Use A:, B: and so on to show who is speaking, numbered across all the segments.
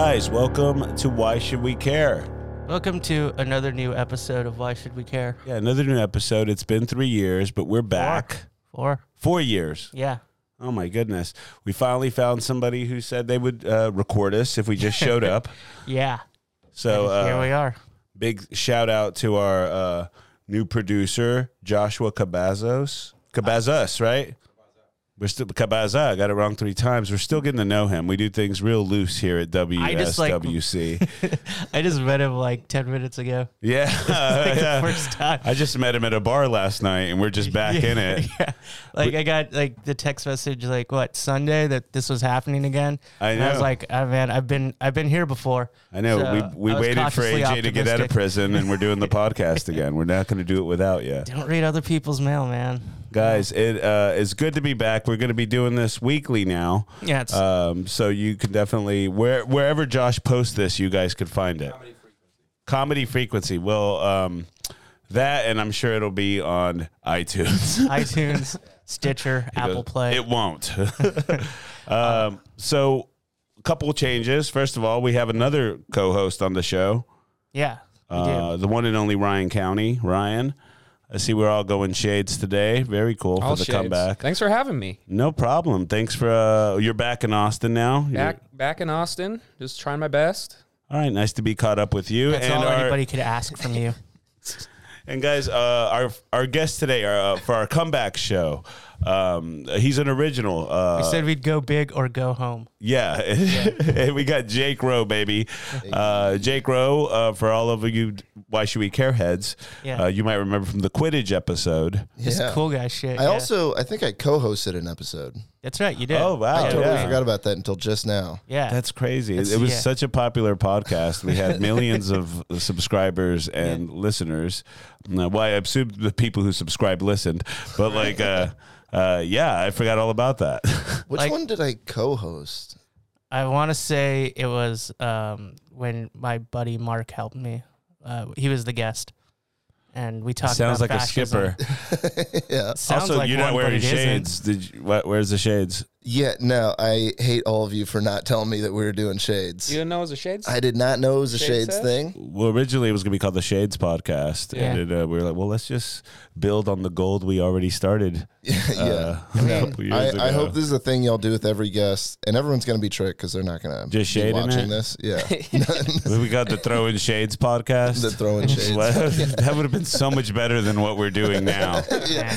A: Welcome to Why Should We Care?
B: Welcome to another new episode of Why Should We Care?
A: Yeah, another new episode. It's been three years, but we're back.
B: Four.
A: Four years.
B: Yeah.
A: Oh my goodness. We finally found somebody who said they would uh, record us if we just showed up.
B: Yeah.
A: So uh,
B: Here we are.
A: big shout out to our uh, new producer, Joshua Cabazos. Cabazos, right? We're still Cabaza. I got it wrong three times. We're still getting to know him. We do things real loose here at
B: just, like-
A: WSWC.
B: I just met him like 10 minutes ago.
A: yeah, Yeah.
B: first time.
A: I just met him at a bar last night, and we're just back in it.
B: yeah. Like I got like the text message like what Sunday that this was happening again.
A: I
B: And I was
A: know.
B: like, oh man, I've been I've been here before.
A: I know
B: So
A: we
B: I
A: we
B: was
A: waited for
B: cautiously
A: AJ to get out of
B: optimistic.
A: prison, and we're doing the podcast again. We're not going to do it without you.
B: Don't read other people's mail, man.
A: guys it uh, is good to be back we're going to be doing this weekly now
B: Yeah, it's-
A: um, so you can definitely where wherever josh posts this you guys could find it comedy frequency comedy frequency well um, that and i'm sure it'll be on itunes
B: iTunes, Stitcher, Apple Play.
A: it won't um, so a couple changes first of all we have another co-host on the show
B: yeah. We do.
A: uh, the one and only ryan county ryan I see we're all going shades today. Very cool
C: All
A: for the
C: shades.
A: comeback.
C: Thanks for having me.
A: No problem. Thanks for uh, you're back in Austin now. You're-
C: Back back in Austin, just trying my best.
A: all right, nice to be caught up with you.
B: That's
A: and
B: all
A: our,
B: anybody could ask from you.
A: and guys, uh, our our guest today our, uh, for our comeback show. Um, he's an original.
B: We
A: Uh,
B: said we'd go big or go home.
A: yeah, and we got Jake Rowe, baby. Uh, Jake Rowe. Uh, for all of you, why should we care heads?
B: Yeah.
A: Uh, you might remember from the Quidditch episode.
B: Just
D: Yeah.
B: cool guy shit.
D: I
B: yeah.
D: also, I think I co-hosted an episode.
B: That's right, you did.
A: Oh wow!
D: I totally
A: yeah.
D: forgot about that until just now.
B: Yeah.
A: That's crazy. It- it was
B: yeah.
A: such a popular podcast. We had millions of uh, subscribers and listeners. Now, Well, I assume the people who subscribe listened, but like, uh, uh, yeah, I forgot all about that.
D: Which
B: Like-
D: one did I co-host?
B: I want to say it was um, when my buddy Mark helped me. Uh, he was the guest, and we talked.
A: Sounds like
B: about fascism.
A: a skipper.
D: yeah,
B: Sounds
A: also,
B: like
A: you're
B: one,
A: not
B: but
A: wearing
B: it isn't.
A: shades. Did you, what, where's the shades?
D: yeah. No, I hate all of you for not telling me that we were doing shades.
C: You didn't know it was a shades?
D: I did not know it was a
C: Shade
D: shades
C: sesh?
D: thing.
A: Well, originally it was going to be called the Shades Podcast, and it, uh, we were like, well, let's just build on the gold we already started.
D: yeah.
A: uh, a couple years ago.
D: I, I hope this is a thing y'all do with every guest, and everyone's gonna be tricked because they're not gonna
A: Just
D: be
A: shading
D: watching
A: it?
D: this. Yeah,
A: we got the Throw in Shades podcast.
D: the throwing shades.
A: that would have been so much better than what we're doing now.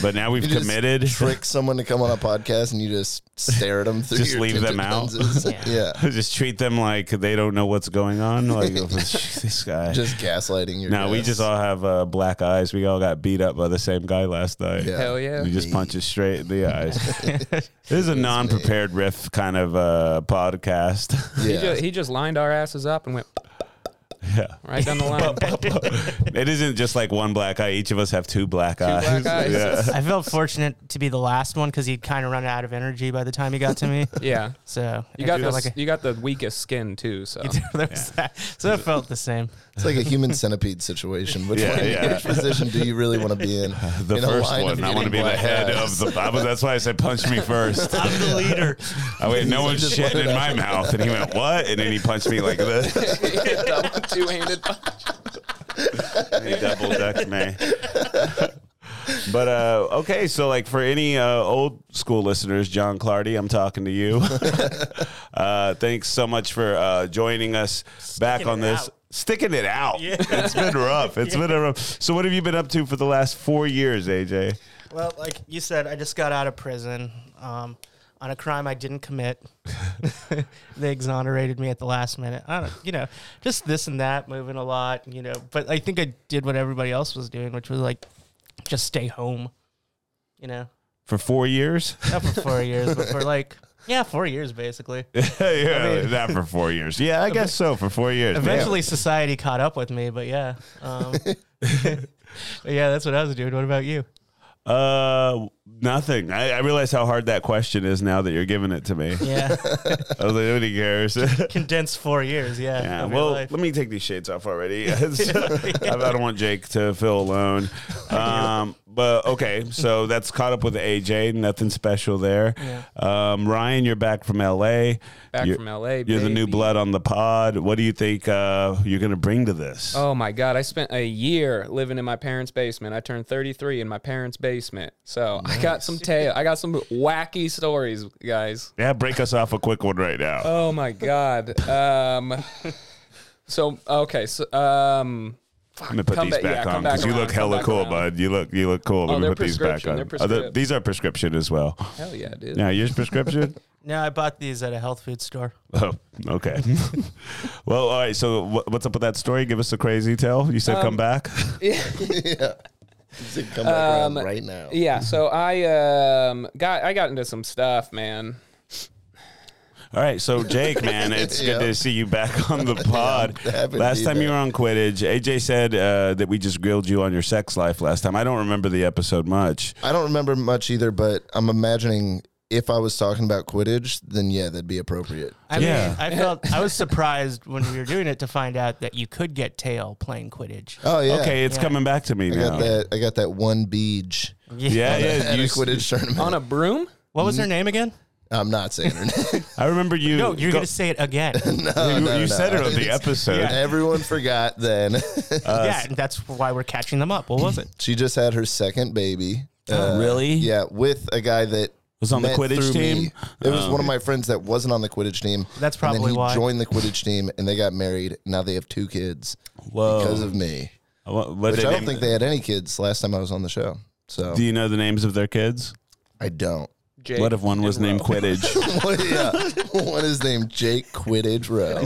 A: But now we've
D: You just
A: committed.
D: Trick someone to come on a podcast, and you just stare at them through
A: Just
D: your
A: leave them
D: tinted
A: out.
D: lenses.
B: Yeah.
D: yeah,
A: just treat them like they don't know what's going on. Like this guy.
D: just gaslighting your.
A: no, we
D: guests.
A: just all have uh, black eyes. We all got beat up by the same guy last night.
D: Yeah.
C: Hell yeah.
A: He just punches straight in the eyes. this is a non-prepared riff kind of uh, podcast.
C: He, ju- he just lined our asses up and went
A: yeah,
C: right down the line.
A: it isn't just like one black eye. Each of us have two black eyes.
C: black eyes.
A: Yeah.
B: I felt fortunate to be the last one because he'd kind of run out of energy by the time he got to me.
C: yeah.
B: So
C: You
B: I
C: got
B: feel
C: the
B: like a-
C: you got the weakest skin too, so
B: there was that. So it felt the same.
D: It's like a human centipede situation. Which,
A: Yeah,
D: one,
A: yeah.
D: which position do you really want to be in?
A: The
D: In a
A: first
D: line of
A: one. I want to
D: eating
A: be the
D: black
A: head
D: eyes.
A: of the. I was, that's why I said punch me first.
B: I'm the leader.
A: I went, no one's
D: Just
A: shitting
D: let it
A: in my mouth. And he went, what? And then he punched me like this.
C: two handed
A: And he double decked me. But uh, okay, so like for any uh, old school listeners, John Clardy, I'm talking to you. uh, thanks so much for uh, joining us back
B: Sticking
A: on
B: it
A: this.
B: out.
A: Sticking it out. It's been rough. It's been a rough. So, what have you been up to for the last four years, AJ?
B: Well, like you said, I just got out of prison um, on a crime I didn't commit. they exonerated me at the last minute. I don't, you know, just this and that, moving a lot, you know. But I think I did what everybody else was doing, which was like, just stay home, you know.
A: For four years?
B: Not for four years, but for like, yeah, four years basically.
A: yeah, not for four years. Yeah, I guess so. For four years. Damn.
B: Eventually, society caught up with me, but yeah, um, but yeah, that's what I was doing. What about you?
A: Uh, Nothing. I, I realize how hard that question is now that you're giving it to me.
B: Yeah.
A: I was like, nobody cares.
B: Condensed four years. Yeah.
A: Yeah,
B: of your
A: well,
B: life.
A: let me take these shades off already. I I don't want Jake to feel alone. Um, but okay, so that's caught up with AJ. Nothing special there. Um, Ryan, you're back from LA.
C: Back
A: you're,
C: from LA.
A: You're the new
C: baby.
A: blood on the pod. What do you think uh, you're going to bring to this?
C: Oh my God! I spent a year living in my parents' basement. I turned 33 in my parents' basement, so I got some tail. I got some wacky stories, guys.
A: Yeah, break us off a quick one right now.
C: Oh my god. Um, so okay. So um,
A: I'm gonna put
C: come
A: these
C: back- yeah,
A: back
C: come
A: on
C: back
A: because you
C: around,
A: look
C: come
A: hella
C: back
A: cool,
C: around.
A: bud. You look you look cool.
C: Oh,
A: Let me
C: they're
A: put these back
C: prescription,
A: on. Oh,
C: they're
A: the-
C: prescription.
A: these are prescription as well.
C: hell yeah, dude.
A: Yeah, yours prescription.
B: no, I bought these at a health food store.
A: Oh, okay. well, all right. So, wh- what's up with that story? Give us a crazy tale. You said
D: Um,
A: come back.
D: yeah. He's like, come back
C: Um,
D: around right now.
C: Yeah. So I um got I got into some stuff, man.
A: All right. So, Jake, man, it's good
D: Yeah.
A: to see you back on the pod.
D: I'm happy to
A: last
D: be
A: time you were
D: back.
A: on Quidditch, AJ said uh, that we just grilled you on your sex life last time. I don't remember the episode much.
D: I don't remember much either, but I'm imagining if I was talking about Quidditch, then yeah, that'd be appropriate.
B: I
A: Yeah.
B: mean, I felt I was surprised when we were doing it to find out that you could get tail playing Quidditch.
D: Oh yeah.
A: Okay, it's
B: Yeah.
A: coming back to me
D: I
A: now.
D: got that. I got that one beach.
A: Yeah, yeah.
D: at
A: You,
D: a
A: s-
D: Quidditch tournament.
C: On a broom?
B: What was her name again?
D: I'm not saying her name.
A: I remember you.
B: No, you're
A: go-
B: going to say it again.
D: No,
A: you,
D: no,
A: you
D: no.
A: said it on the episode.
D: Everyone forgot then.
A: Uh,
B: yeah, and that's why we're catching them up. What was it?
D: she just had her second baby. Uh,
A: Oh, really?
D: Yeah, with a guy that
A: Was on the
D: met
A: Quidditch
D: through
A: team? Oh.
D: me. It was one of my friends that wasn't on the Quidditch team.
B: That's
D: and then
B: probably
D: he
B: why.
D: joined the Quidditch team, and they got married. Now they have two kids
A: Whoa.
D: because of me.
A: What, what
D: Which
A: did
D: I
A: they-
D: don't think they had any kids last time I was on the show. So
A: Do you know the names of their kids?
D: I don't.
C: Jake
A: What if one was
C: and
A: named
C: Ro.
A: Quidditch?
D: What, yeah. One is named Jake Quidditch Row.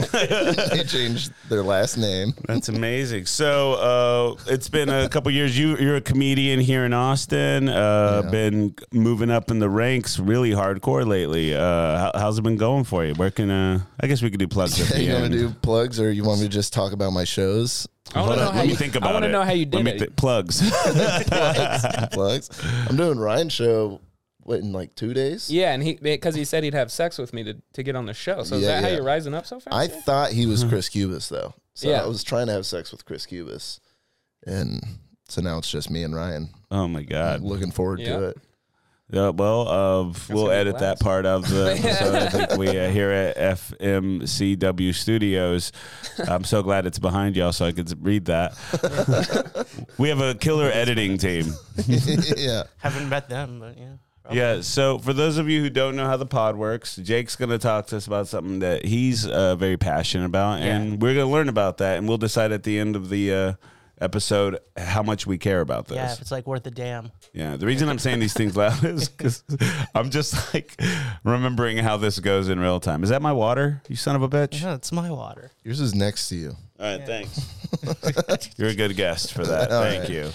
D: they changed their last name.
A: That's amazing. So uh, it's been a couple years. You, you're a comedian here in Austin. Uh, Been moving up in the ranks really hardcore lately. Uh, how, how's it been going for you? Where can uh, I guess we could do plugs at the
D: you want
A: end.
D: to do plugs, or you want me to just talk about my shows?
C: I
A: Hold
C: wanna know
A: on,
C: how
A: let me
C: you-
A: think
C: I
A: about it.
C: wanna know how you
A: Let
C: did
A: me
C: it.
A: thi- plugs.
D: plugs. I'm doing Ryan's show. What in like two days?
C: Yeah, and he because he said he'd have sex with me to, to get on the show. So is
D: Yeah,
C: that how
D: yeah.
C: you're rising up so fast?
D: I thought he was Chris Cubis though. So
C: Yeah.
D: I was trying to have sex with Chris Cubis. And so now it's just me and Ryan.
A: oh my god.
D: Looking forward
C: Yeah.
D: to it.
A: Yeah, well, uh, we'll
C: gonna be
A: edit that
C: blast.
A: part of the episode. I think we uh, here at FMCW Studios. I'm so glad it's behind y'all, so I could read that. we have a killer editing team.
D: yeah.
B: Haven't met them, but yeah.
A: Yeah. So for those of you who don't know how the pod works, Jake's going to talk to us about something that he's uh, very passionate about, and we're going to learn about that, and we'll decide at the end of the. Uh, episode how much we care about this
B: Yeah, if it's like worth a damn.
A: yeah, the reason I'm saying these things loud is because I'm just like remembering how this goes in real time. Is that my water? You son of a bitch.
B: No, it's my water.
D: Yours is next to you.
A: All right, thanks. You're a good guest for that.
D: All
A: Thank
D: right.
A: you.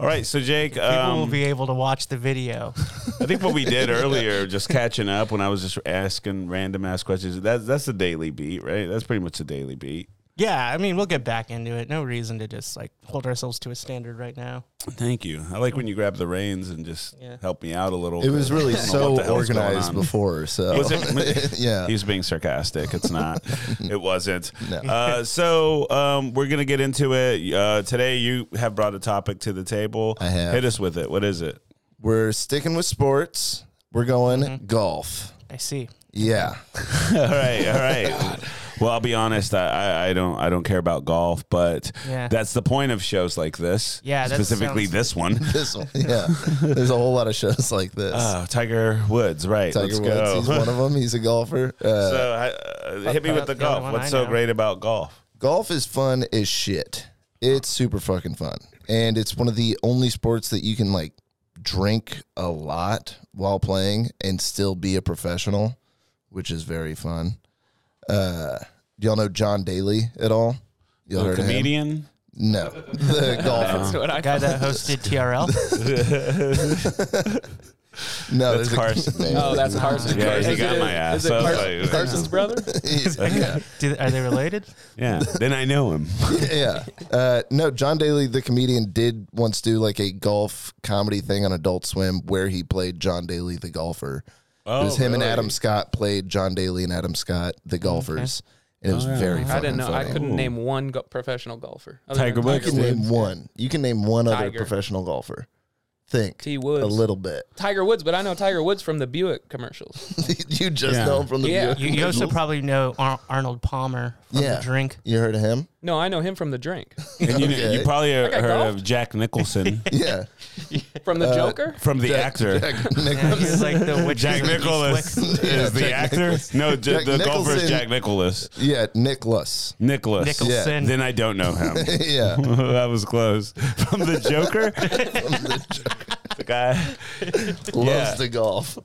A: All right, so Jake,
B: People will
A: um,
B: be able to watch the video.
A: I think what we did earlier, just catching up when I was just asking random ass questions. That's that's the daily beat, right? That's pretty much the daily beat.
B: yeah, I mean, we'll get back into it. No reason to just like hold ourselves to a standard right now.
A: Thank you. I like when you grab the reins and just
B: Yeah.
A: help me out a little.
D: It was
A: bit.
D: really
A: I don't know what the
D: so
A: hell's going
D: organized
A: on.
D: before. So
A: Was it-
D: yeah.
A: He's being sarcastic. It's not. it wasn't.
D: No.
A: Uh, so um, we're gonna get into it uh, today. You have brought a topic to the table.
D: I have.
A: Hit us with it. What is it?
D: We're sticking with sports. We're going
C: Mm-hmm.
D: golf.
B: I see.
D: Yeah.
A: all right. All right. Well, I'll be honest. I, I, I don't I don't care about golf, but
B: Yeah.
A: that's the point of shows like this.
B: Yeah, that
A: specifically
B: sounds-
A: this one.
D: This one. Yeah. There's a whole lot of shows like this.
A: Oh, Tiger Woods. Right.
D: Tiger
A: Let's
D: Woods,
A: go.
D: he's one of them. He's a golfer. Uh,
A: so uh, hit me with the
B: That's the only
A: golf.
B: one
A: What's
B: I
A: so
B: know.
A: great about golf?
D: golf is fun as shit. It's super fucking fun. And it's one of the only sports that you can like drink a lot while playing and still be a professional, which is very fun. Uh do y'all know John Daly at all? Y'all heard of him?
A: Comedian.
D: No. The golfer.
C: That's what I
B: Guy
C: thought.
B: that hosted TRL.
D: No,
A: That's
D: there's a-
A: Carson.
D: there's
C: Oh, that's Carson.
A: Yeah, he
C: Is
A: got
C: it-
A: my ass.
C: Is it
A: I was
C: Carson-
A: like,
C: Carson's brother?
D: yeah.
B: Do, are they related?
A: Yeah. Then I knew him.
D: yeah. Uh, no, John Daly, the comedian, did once do like a golf comedy thing on Adult Swim where he played John Daly, the golfer. it
A: Oh,
D: was him and Adam Scott played John Daly and Adam Scott, the golfers. And it was very
C: Oh, I
D: fucking
C: didn't know.
D: funny.
C: I couldn't name one go- professional golfer. other
A: Tiger
C: than
A: Woods
D: You can name one. You can name one other
C: Tiger.
D: professional golfer. Think
C: T.
D: a
C: Woods.
D: little bit.
C: Tiger Woods, but I know Tiger Woods from the Buick commercials.
D: you just
A: Yeah.
D: know him from the
C: Yeah.
D: view.
B: You, you also probably know Ar- Arnold Palmer from
D: Yeah.
B: the drink.
D: You heard of him?
C: No, I know him from the drink,
A: And you,
D: Okay.
A: you probably heard
C: golfed.
A: of Jack Nicholson
D: Yeah.
C: from
D: Uh,
C: the Joker.
A: from the
D: Jack-
A: actor. Jack,
D: Jack
B: Yeah,
D: Nicholson.
B: he's like the witch.
A: Nicholas is the actor. No, j-
D: Jack
A: the golfer
D: Nicholson.
A: is Jack Nicholas.
D: Yeah, Nicholas.
A: Nicholas.
B: Nicholson.
A: Then I don't know him.
D: yeah.
A: that was close. From the Joker. the guy.
D: Loves
A: Yeah.
D: the golf.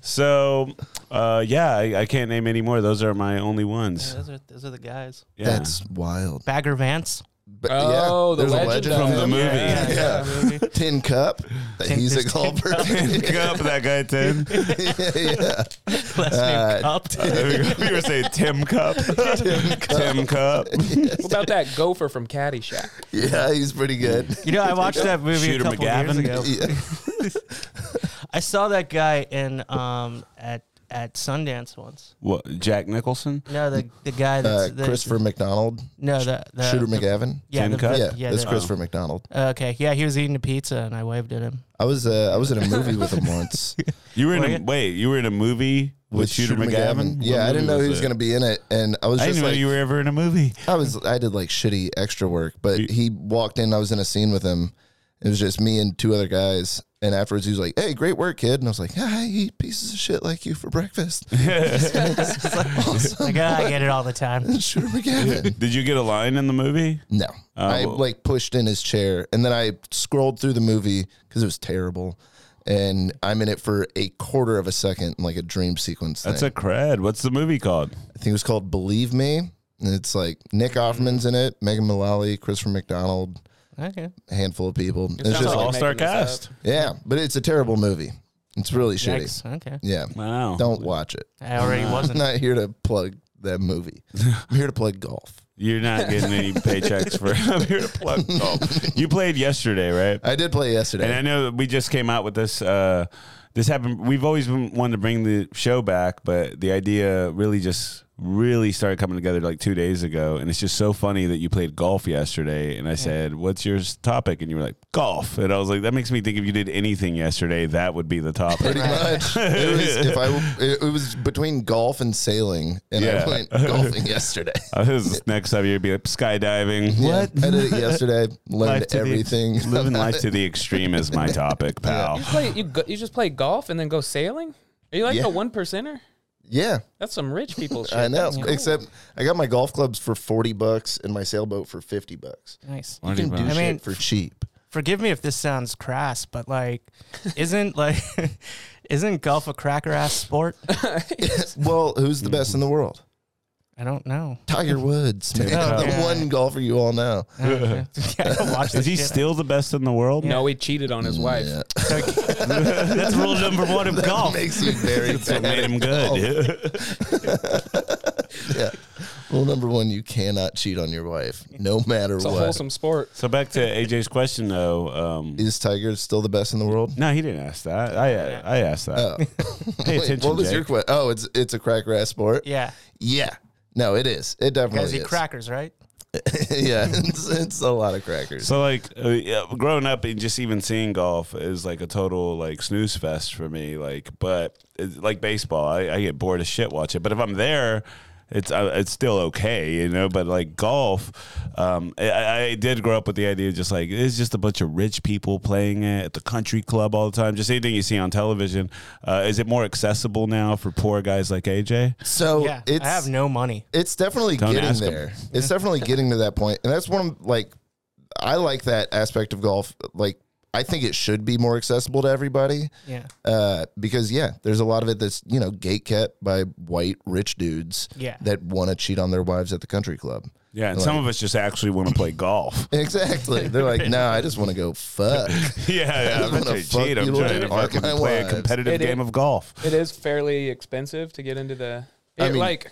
A: So, uh, yeah, I, I can't name any more. Those are my only ones.
B: Those are, those are the guys.
A: Yeah.
D: That's wild.
B: Bagger Vance.
D: But,
C: Oh, the
D: there's
C: legend,
D: a legend
A: From
C: of
A: the
C: him.
A: movie.
C: Yeah.
D: Yeah. Tin Cup. that
B: Tin-
D: he's a
B: Tin
D: golfer.
A: Pick up that guy Tim.
D: yeah.
B: Last
D: Uh,
B: name Cup.
A: we were saying Tim Cup. Tim Cup. Tim Cup.
C: What about that gopher from Caddyshack?
D: yeah, he's pretty good.
B: You know, I watched that movie
A: Shooter
B: a couple
A: McGavin.
B: years ago.
D: Yeah.
B: I saw that guy in um at at Sundance once.
A: What, Jack Nicholson?
B: No, the the guy that's
D: Uh,
B: the,
D: Christopher McDonald.
B: No, the, the
D: Shooter
B: the-
D: McGavin.
B: Yeah,
A: Tin
B: the,
A: Cup?
D: Yeah,
B: yeah.
D: that's
B: the-
D: Christopher McDonald.
B: Okay, yeah, he was eating a pizza and I waved at him.
D: I was uh, I was in a movie with him once with,
A: You were in
B: Were
A: a,
B: you?
A: wait. You were in a movie with, Shooter, McGavin. What
D: Yeah, I
A: movie
D: didn't know he was
A: it?
D: going to be in it, and I was
A: I
D: just
A: didn't
D: like,
A: know you were ever in a movie.
D: I was I did like shitty extra work, but he walked in. I was in a scene with him. It was just me and two other guys. And afterwards, he was like, "Hey, great work, kid." And I was like, "Yeah, I eat pieces of shit like you for breakfast."
B: Like, ah, I get it all the time.
D: Shooter McGavin.
A: Did you get a line in the movie?
D: No, I like pushed in his chair, and then I scrolled through the movie because it was terrible. And I'm in it for a quarter of a second, in like a dream sequence.
A: That's
D: thing.
A: a cred. What's the movie called?
D: I think it was called "Believe Me." And it's like Nick Offerman's in it, Megan Mullally, Christopher McDonald,
B: Okay.
D: a handful of people. It's
C: sounds
D: just
C: like
D: like,
A: All star
C: making this
A: cast.
D: Yeah, but it's a terrible movie. It's really shitty.
B: Yikes. Okay.
D: Yeah.
A: Wow.
D: Don't watch it.
B: I already
D: I'm
B: wasn't.
D: not here to plug that movie. I'm here to plug golf.
A: You're not getting any paychecks for. I'm here to plug. Oh, you played yesterday, right?
D: I did play yesterday.
A: And I know that we just came out with this. Uh, this happened. We've always been wanting to bring the show back, but the idea really just really started coming together like two days ago. And it's just so funny that you played golf yesterday. And I said, "What's your s- topic?" And you were like, "Golf." And I was like, "That makes me think if you did anything yesterday, that would be the topic."
D: Pretty much. It was, if I, it, it was between golf and sailing, and
A: Yeah.
D: I went golfing yesterday.
A: Uh, this is- next time you'd be like skydiving.
D: Yeah, I did it yesterday.
A: Life
D: Learned
A: to the-
D: everything.
A: Living life to the extreme is my topic, pal.
C: You play you go, you just play golf and then go sailing? Are you like
D: Yeah.
C: a one percenter?
D: yeah,
C: That's some rich people shit.
D: I know.
C: That's cool.
D: Except I got my golf clubs for 40 bucks and my sailboat for 50 bucks.
B: Nice.
D: You can do
B: bucks. I
D: shit
B: mean-
D: for cheap.
B: Forgive me if this sounds crass, but like, isn't like, isn't golf a cracker ass sport?
D: Well, who's
A: Hmm.
D: the best in the world?
B: I don't know.
D: Tiger Woods, man.
B: Cup.
D: the
B: Yeah.
D: one golfer you all know.
B: I don't know. yeah, I don't watch
A: Is
B: this
A: he
B: shit.
A: still the best in the world?
C: No, he cheated on his wife.
D: Mm, Yeah.
A: That's rule number one of golf.
D: Makes Oh. you very
A: Oh. That's what
D: bad.
A: made him good.
D: Yeah. Rule number one, you cannot cheat on your wife, no matter
C: It's a
D: what.
C: wholesome sport.
A: So back to AJ's question though. Um,
D: Is Tiger still the best in the world?
A: no, he didn't ask that. I I asked that.
D: Oh.
A: Pay
D: Wait,
A: attention,
D: what was your
A: Jake.
D: question? Oh, it's it's a cracker ass sport.
B: Yeah.
D: Yeah. No, it is. It definitely
B: Guys eat
D: is.
B: crackers, right?
D: yeah, it's, it's a lot of crackers.
A: So like uh, yeah, growing up and just even seeing golf is like a total like snooze fest for me. Like, but it's like baseball, I, I get bored as shit watching. But if I'm there, it's uh, it's still okay, you know. But like golf, um, I, I did grow up with the idea of just like it's just a bunch of rich people playing it at the country club all the time. Just anything you see on television. Uh, is it more accessible now for poor guys like AJ?
D: So
B: Yeah.
D: it's
B: I have no money.
D: it's definitely
A: Don't
D: getting
A: ask 'em.
D: there. It's definitely getting to that point, and that's one of like I like that aspect of golf. Like I think it should be more accessible to everybody.
B: Yeah.
D: Uh, because yeah, there's a lot of it that's you know gate kept by white rich dudes
B: Yeah.
D: that want to cheat on their wives at the country club.
A: Yeah, and some of us just actually want to play golf.
D: Exactly. They're like, no, I just want to go fuck.
A: yeah, yeah. I'm not trying
D: wanna
A: to
D: fuck
A: cheat. I'm
D: you
A: trying to
D: and fuck
A: fucking
D: my
A: play a
D: wives.
A: competitive
C: It is-
A: game of golf.
C: It is fairly expensive to get into the.
D: I
C: Here,
D: mean-
C: like,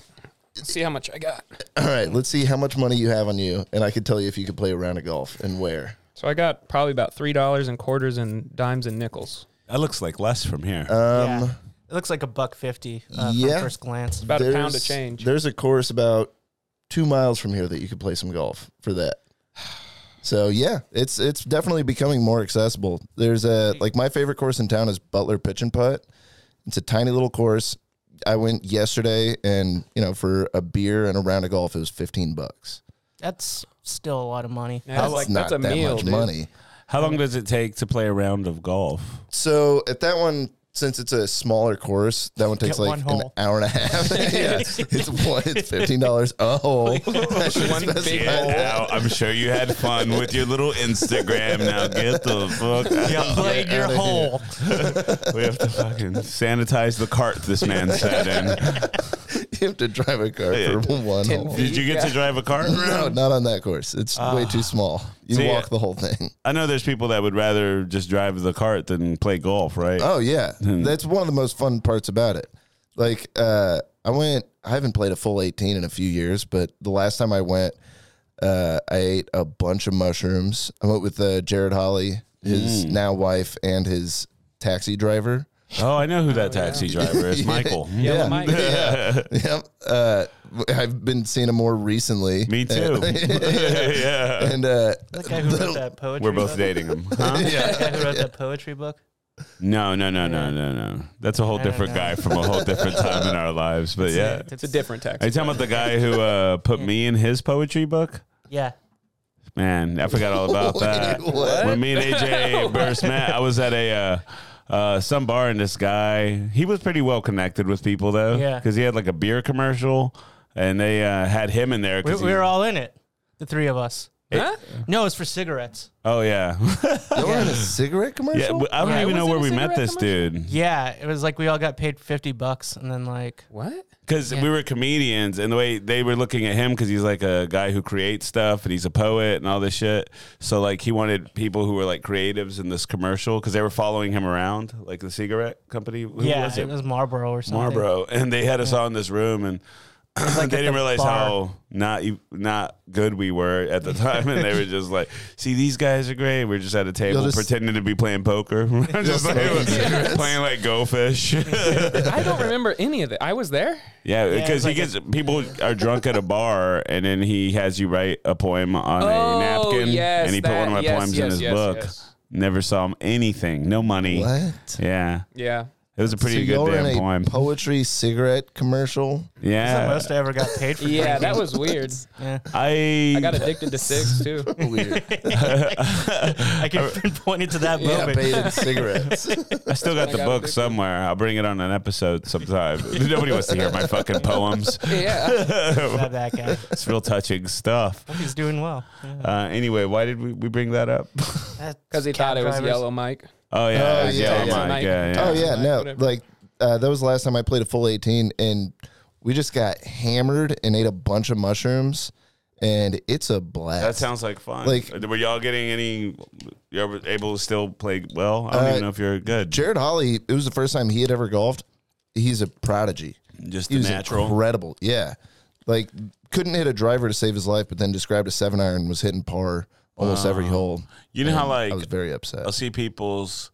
C: see how much I got.
D: All right, let's see how much money you have on you, and I can tell you if you could play a round of golf and where.
C: So I got probably about three dollars and quarters and dimes and nickels.
A: That looks like less from here.
D: Um,
B: yeah. It looks like a buck fifty uh,
D: yeah.
B: from first glance.
C: About a pound of
D: There's-
C: change.
D: There's a course about two miles from here that you could play some golf for that. So yeah, it's it's definitely becoming more accessible. There's a like my favorite course in town is Butler Pitch and Putt. It's a tiny little course. I went yesterday, and you know, for a beer and a round of golf, it was fifteen bucks.
B: That's still a lot of money.
C: Yeah, that's like that's a
D: that
C: meal.
D: much
C: dude.
D: money.
A: How long does it take to play a round of golf?
D: So at that one, since it's a smaller course, that one takes
B: Get
D: like
B: one
D: an
B: hole.
D: hour and a half. yeah, it's one, it's fifteen dollars a hole.
C: One big
A: Yeah,
C: bowl.
A: now, I'm sure you had fun with your little Instagram. Now get the fuck. Out.
B: You played your
D: outta here.
B: hole.
A: We have to fucking sanitize the cart this man sat in.
D: You have to drive a car for one
C: Ten
D: hole.
A: Did you get to drive a cart?
D: No, not on that course. It's
A: Ah.
D: way too small. You
A: See,
D: walk
A: uh,
D: the whole thing.
A: I know there's people that would rather just drive the cart than play golf, right?
D: Oh yeah,
A: Hmm.
D: that's one of the most fun parts about it. Like uh, I went, I haven't played a full eighteen in a few years, but the last time I went, uh, I ate a bunch of mushrooms. I went with uh, Jared Holly, his
A: Hmm.
D: now wife, and his taxi driver.
A: Oh, I know who that taxi driver is,
D: Yeah.
A: Michael. Hmm?
C: Yellow Mike.
D: Yeah. yep. Uh, I've been seeing him more recently.
A: Me too. yeah.
D: And uh,
B: The guy who wrote that poetry.
A: We're both
B: book?
A: dating him. Huh?
B: The guy who wrote that poetry book.
A: No, no, no, no, no, no. That's a whole
B: don't
A: different
B: know.
A: guy from a whole different time in our lives. But yeah.
C: It's a different
A: Are you
C: tax.
A: talking about the guy who uh, put me in his poetry book?
B: Yeah.
A: Man, I forgot all about that.
D: Wait, what?
A: When me and AJ first met, I was at a uh, uh, some bar, and this guy he was pretty well connected with people though,
B: Yeah.
A: because he had like a beer commercial, and they uh, had him in there.
B: We,
A: 'cause
B: we
A: he-
B: were all in it. The three of us.
C: Huh?
B: No, it's for cigarettes.
A: oh yeah,
D: you were in a cigarette commercial.
A: yeah. w- I don't
C: Yeah,
A: even
C: was
A: know
C: it
A: where
C: a
A: we met
C: cigarette
A: this dude
B: Yeah, it was like we all got paid fifty bucks, and then like
C: What?
A: because we were comedians, and the way they were looking at him because he's like a guy who creates stuff and he's a poet and all this shit. So like he wanted people who were like creatives in this commercial because they were following him around, like the cigarette company. Who
B: yeah,
A: was
B: it? was Marlboro or something.
A: Marlboro, and they had us all in this room, and they didn't
B: the
A: realize
B: bar.
A: how not e- not good we were at the time, and they were just like, "See, these guys are great." We're just at a table
D: You'll just-
A: pretending to be playing poker, We're just like,
D: smoking
A: playing like go fish.
C: I don't remember any of it. I was there.
A: yeah,
B: it's
A: because
B: like
A: he gets people are drunk at a bar, and then he has you write a poem on
C: Oh,
A: a napkin,
C: yes,
A: and he put
C: that-
A: one of my
C: yes,
A: poems in
C: yes,
A: his
C: yes,
A: book.
C: yes.
A: Never saw him anything, no money.
D: What?
A: Yeah,
C: Yeah.
A: it was a
D: so
A: pretty
D: you
A: good
D: were in
A: damn
D: a
A: poem.
D: poetry cigarette commercial.
B: It's the
A: Uh, yeah,
B: most I ever got paid for.
C: Yeah, that was weird.
B: Yeah.
A: I
C: I got addicted to six too.
D: Weird.
B: I can pinpoint it to that
D: yeah,
B: moment.
D: paid in cigarettes.
A: I still got the
C: got
A: book
C: addicted.
A: somewhere. I'll bring it on an episode sometime. Nobody wants to hear my fucking poems.
C: Yeah.
B: That that guy.
A: It's real touching stuff.
B: He's doing well. Yeah.
A: Uh, anyway, why did we, we bring that up?
C: Because he thought it was Yellow Mike.
A: Oh yeah,
D: Oh,
A: yeah,
D: yeah,
A: yeah,
D: yeah.
A: Mike, yeah, yeah.
D: oh yeah,
C: Like,
D: no,
C: whatever.
D: like uh, that was the last time I played a full eighteen, and we just got hammered and ate a bunch of mushrooms, and it's a blast.
A: That sounds like fun. Uh,
D: Like-
A: were y'all getting any? You're ever able to still play well? I don't
D: Uh,
A: even know if you're good.
D: Jared Holly. It was the first time he had ever golfed. He's a prodigy.
A: Just
D: He
A: the
D: was
A: natural.
D: incredible. Yeah, like couldn't hit a driver to save his life, but then just grabbed a seven iron and was hitting par almost every hole.
A: Ah. You know how
D: I
A: like
D: was very upset.
A: I'll see people's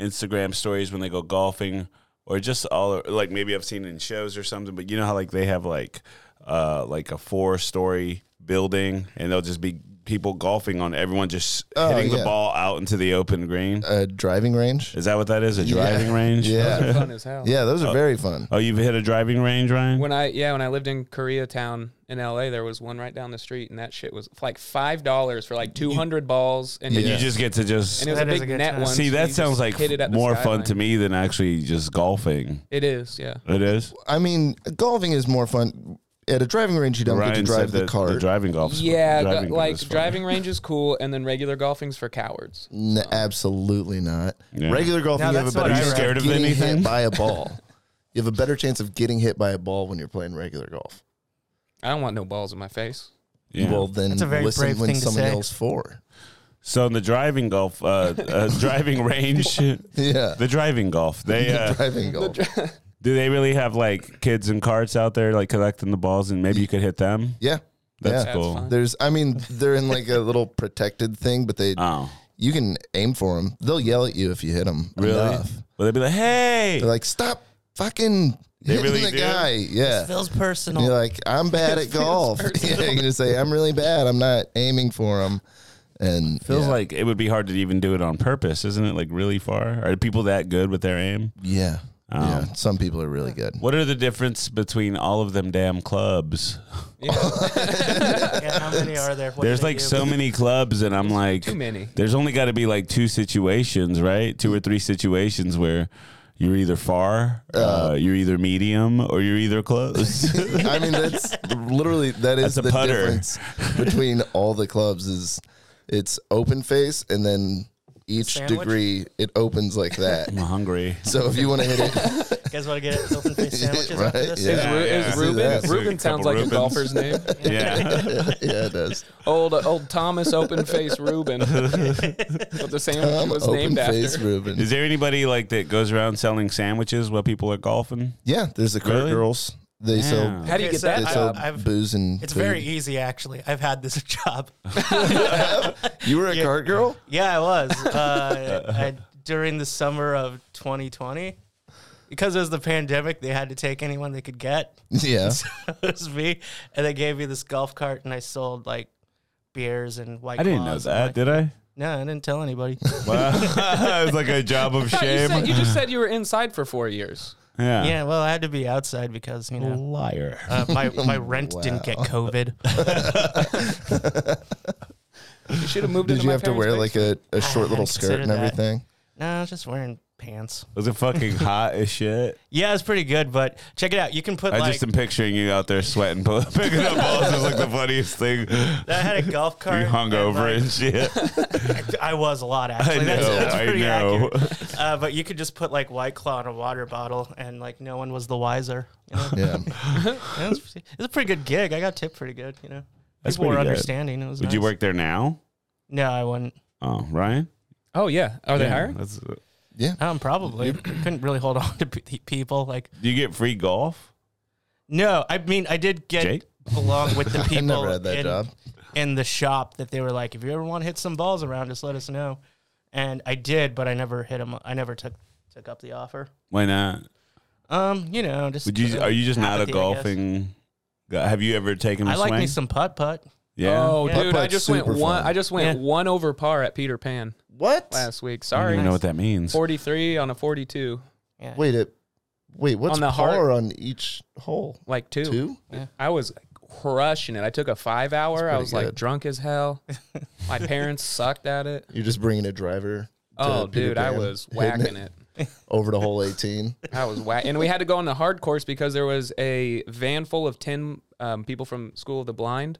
A: Instagram stories when they go golfing, or just all like maybe I've seen in shows or something. But you know how like they have like uh like a four story building, and they'll just be people golfing on everyone just
D: Oh,
A: hitting
D: yeah.
A: the ball out into the open green.
D: a driving range.
A: Is that what that is? A driving range?
D: Yeah,
C: Fun as hell.
D: yeah, those are very fun.
A: Oh, you've hit a driving range, Ryan?
C: When I yeah, when I lived in Koreatown in LA, there was one right down the street, and that shit was like five dollars for like two hundred balls, and,
A: and
C: you
A: you
C: just
A: just get to just.
C: and it was
B: That
C: a
B: is a
C: big
B: good
C: net
B: time.
C: one.
A: See,
C: so
A: that
C: you
A: sounds
C: just
A: like
C: hit it at the
A: more fun
C: skyline.
A: to me than actually just golfing.
C: It is, yeah.
A: It is.
D: I mean, golfing is more fun. At a driving range, you don't get to drive
A: said
D: the
A: that
D: car.
A: driving golf.
C: Yeah, go-
A: golf
C: like
A: is fun.
C: driving range is cool, and then regular golfing's for cowards.
D: N- absolutely not.
A: Yeah.
D: Regular golf,
B: No,
D: you have a
B: that's
D: better
B: what I
D: chance
B: read.
A: Scared of
D: getting
A: anything?
D: hit by a ball. you have a better chance of getting hit by a ball when you're playing regular golf.
C: I don't want no balls in my face.
A: Yeah.
D: Well, then
B: That's a very
D: listen
B: brave
D: when
B: thing to
D: somebody
B: say.
D: else for.
A: So in the driving golf, uh, uh, driving range, the
D: Yeah.
A: driving golf, they
D: The
A: uh,
D: driving goal.
A: do they really have like kids and carts out there like collecting the balls, and maybe you could hit them.
D: yeah.
A: That's
D: yeah.
A: cool.
C: fun.
D: There's, I mean, they're in like a little protected thing, but they,
A: Oh,
D: you can aim for them. They'll yell at you if you hit them.
A: really? Well, they'd be like, "Hey,
D: They're like, stop fucking hitting
A: really
D: the
A: do?
D: guy. Yeah.
B: Feels
D: And
B: personal.
D: you're like, I'm bad at golf. yeah, you can just say, I'm really bad. I'm not aiming for him. And
A: Feels
D: yeah,
A: like it would be hard to even do it on purpose, isn't it? Like really far. Are people that good with their aim?
D: yeah,
A: Oh.
D: yeah. Some people are really good.
A: What are the difference between all of them damn clubs?
B: yeah, how many are there? What do
A: There's
B: they
A: like
B: do?
A: so many clubs, and I'm like,
C: Too many.
A: There's only got to be like two situations, right? Two or three situations where you're either far, uh, you're either medium, or you're either close.
D: I mean, that's literally that is
A: That's a
D: the
A: putter.
D: difference between all the clubs is it's open face and then each
B: Sandwich?
D: degree it opens like that.
A: I'm hungry.
D: so if you want to hit it,
B: You guys want to get open face sandwiches
D: Right,
B: after this?
D: yeah.
C: Is, Ru-
A: yeah. See
C: is
D: that.
C: Ruben?
A: See a
C: Ruben sounds
A: couple
C: like
A: Rubens.
C: a golfer's name.
A: Yeah.
D: yeah, it does.
C: Old uh, old Thomas Open Face Ruben. what the sandwich
D: Um,
C: was
D: open
C: named
D: face
C: after.
D: Ruben.
A: Is there anybody like that goes around selling sandwiches while people are golfing?
D: yeah, there's the cart
A: Really?
D: girls. They sell
A: Damn.
C: How do you
B: Okay,
C: get
B: so
C: that?
D: they
B: I-
D: sell
B: I- I've-
D: booze and
B: It's
D: food.
B: very easy, actually. I've had this job.
D: You were a cart girl?
B: Yeah, I was. Uh, I, during the summer of 2020, because it was the pandemic, they had to take anyone they could get.
D: Yeah.
B: it was me. And they gave me this golf cart, and I sold like beers and white
A: I didn't know
B: Claws and,
A: that,
B: like-
A: did I?
B: no, I didn't tell anybody.
A: Wow. it was like a job of
C: I thought You,
A: shame.
C: said, you just said you were inside for four years.
A: yeah.
B: yeah, well, I had to be outside because, you know,
A: Liar.
B: uh, my, my rent didn't get COVID.
C: You should have moved.
D: Did
C: into
D: you
C: my
D: have to wear
C: parents'
D: like a, a short
B: I
D: little
B: hadn't
D: skirt and
B: considered that.
D: everything?
B: no, I was just wearing pants.
A: Was it fucking hot as shit?
B: Yeah, it's pretty good, but check it out. You can put
A: I
B: like
A: just am picturing you out there sweating, pull- picking up balls is like the funniest thing. You
B: I had a golf cart.
A: hung
B: and,
A: over
B: like,
A: and shit.
B: I was a lot actually.
A: I
B: that's,
A: know,
B: that's
A: I
B: pretty
A: know.
B: accurate. Uh, but you could just put like White Claw in a water bottle, and like no one was the wiser. You know?
D: Yeah.
B: Yeah, it, was, it was a pretty good gig. I got tipped pretty good. You know,
A: That's
B: people were
A: pretty good.
B: understanding. It was.
A: Would you
B: nice.
A: work there now?
B: No, I wouldn't.
A: Oh, Ryan?
C: Oh yeah, are they
A: Yeah,
C: hiring?
A: that's-
B: Um, probably couldn't really hold on to pe- people. Like,
A: do you get free golf?
B: no, I mean, I did get
A: Jake?
B: along with the people
D: I never had that
B: in,
D: job.
B: in the shop that they were like, if you ever want to hit some balls around, just let us know. And I did, but I never hit them. I never took took up the offer.
A: Why not?
B: Um, you know, just
A: Would you? Are you just not a
B: apathy, I guess.
A: golfing? guy? Have you ever taken a
B: I like
A: swing?
B: me some putt putt.
A: yeah.
C: Oh,
B: Yeah.
C: dude, I
D: Putt-putt's
C: just went
D: super
C: one.
D: fun.
C: I just went
B: Yeah.
C: one over par at Peter Pan
D: What?
C: last week.
A: I don't
C: Sorry,
A: even know what that means.
C: forty-three on a forty-two,
B: Yeah.
D: Wait, it. Wait, what's
C: On the
D: par
C: heart.
D: on each hole?
C: like two.
D: Two?
C: I was crushing it. I took a five-hour. I
D: pretty
C: was
D: good.
C: like drunk as hell. My parents sucked at it.
D: You're just bringing a driver. to
C: Oh,
D: Peter
C: dude, I
D: Pan,
C: was
D: hitting
C: whacking it.
D: over to hole 18.
C: I was whack, and we had to go on the hard course because there was a van full of ten um, people from School of the Blind.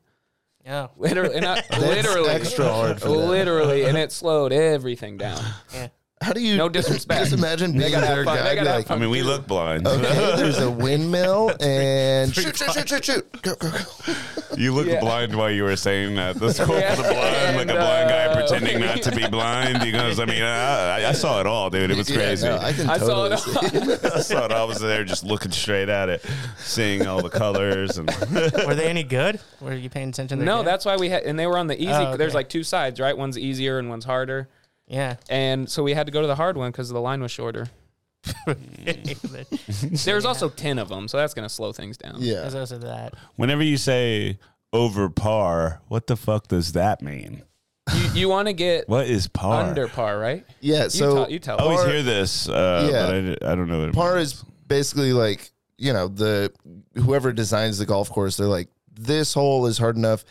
B: Yeah.
C: Literally, and I, literally,
D: extra hard for them.
C: literally, and it slowed everything down.
B: yeah.
D: How do you?
C: No disrespect.
D: Just imagine being
C: gotta
D: their
C: have fun. They
D: guy. Be
C: gotta have
D: like,
A: I mean, we look blind.
D: okay, there's a windmill and shoot, shoot, shoot, shoot, shoot. Go, go, go.
A: you looked
C: Yeah.
A: blind while you were saying that. The school for the blind, like
C: And,
A: a blind guy
C: uh,
A: pretending not to be blind. You guys, I mean, I, I- I saw it all, dude. It was
D: Yeah,
A: crazy.
D: no, I can
C: I saw
D: totally
C: it
D: see.
A: I saw it. all. I was there just looking straight at it, seeing all the colors and.
B: Were they any good? Were you paying attention? To their
C: No,
B: game?
C: that's why we had, and they were on the easy.
B: Oh,
C: There's
B: okay.
C: like two sides, right? One's easier and one's harder,
B: yeah.
C: and so we had to go to the hard one because the line was shorter.
B: As
C: There was also ten of them, so that's gonna slow things down.
D: Yeah.
B: I said that,
A: Whenever you say over par, what the fuck does that mean?
C: You, you want to get
A: What is par?
C: under par, right?
D: Yeah.
C: You
D: So
C: tell, you tell
A: I always
C: us.
A: hear this, uh, but I, I don't know. What it
D: par
A: means.
D: is basically like you know the whoever designs the golf course they're like this hole is hard enough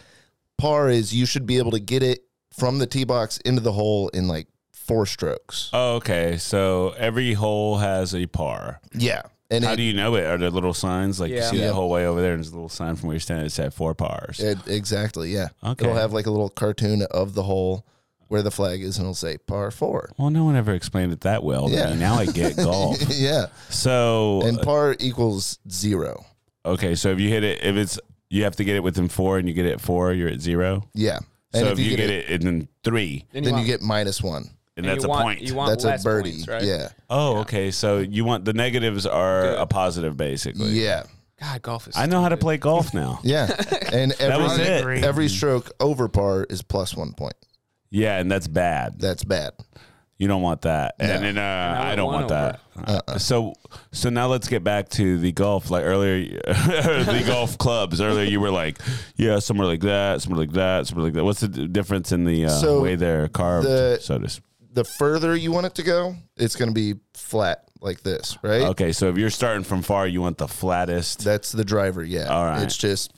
D: par is you should be able to get it from the tee box into the hole in like four strokes
A: Oh, okay. So every hole has a par.
D: yeah and
A: How
D: it,
A: do you know it? Are there little signs? Like you
C: Yeah.
A: see
D: Yeah.
A: that whole way over there, and there's a little sign from where you're standing. It's at four pars.
D: e, it- exactly yeah
A: Okay.
D: it'll have like a little cartoon of the hole where the flag is and it'll say par four
A: Well, no one ever explained it that well. to
D: Yeah.
A: me. Now I get golf.
D: yeah
A: So uh,
D: and par equals zero
A: okay, so if you hit it, if it's you have to get it within four, and you get it at four, you're at zero.
D: Yeah.
A: so
D: And
A: if you, get, it, in three,
C: Then,
D: then you
C: want-
D: get minus one.
A: and,
C: and
A: that's a
C: you want-
A: point.
C: You want
D: That's a
C: less
D: birdie.
C: points, right?
D: Yeah.
A: oh, okay. So you want the negatives are
C: Good.
A: a positive, basically.
D: Yeah.
C: God, golf is.
A: I know how to play golf now.
D: Yeah. And
A: was
D: every
A: it.
B: Agree.
D: every stroke over par is plus one point.
A: Yeah, and that's bad.
D: That's bad.
A: You don't want that, and then uh,
C: I
A: I, don't want
C: want
A: that.
D: Uh-uh.
A: Uh, So, so now let's get back to the golf. Like earlier, the golf clubs. Earlier, you were like, yeah, somewhere like that, somewhere like that, somewhere like that. What's the d- difference in the uh,
D: So
A: way they're carved?
D: the-
A: so to s-
D: The further you want it to go, it's going to be flat like this, right?
A: okay, so if you're starting from far, you want the flattest.
D: That's the driver. Yeah.
A: All right.
D: It's just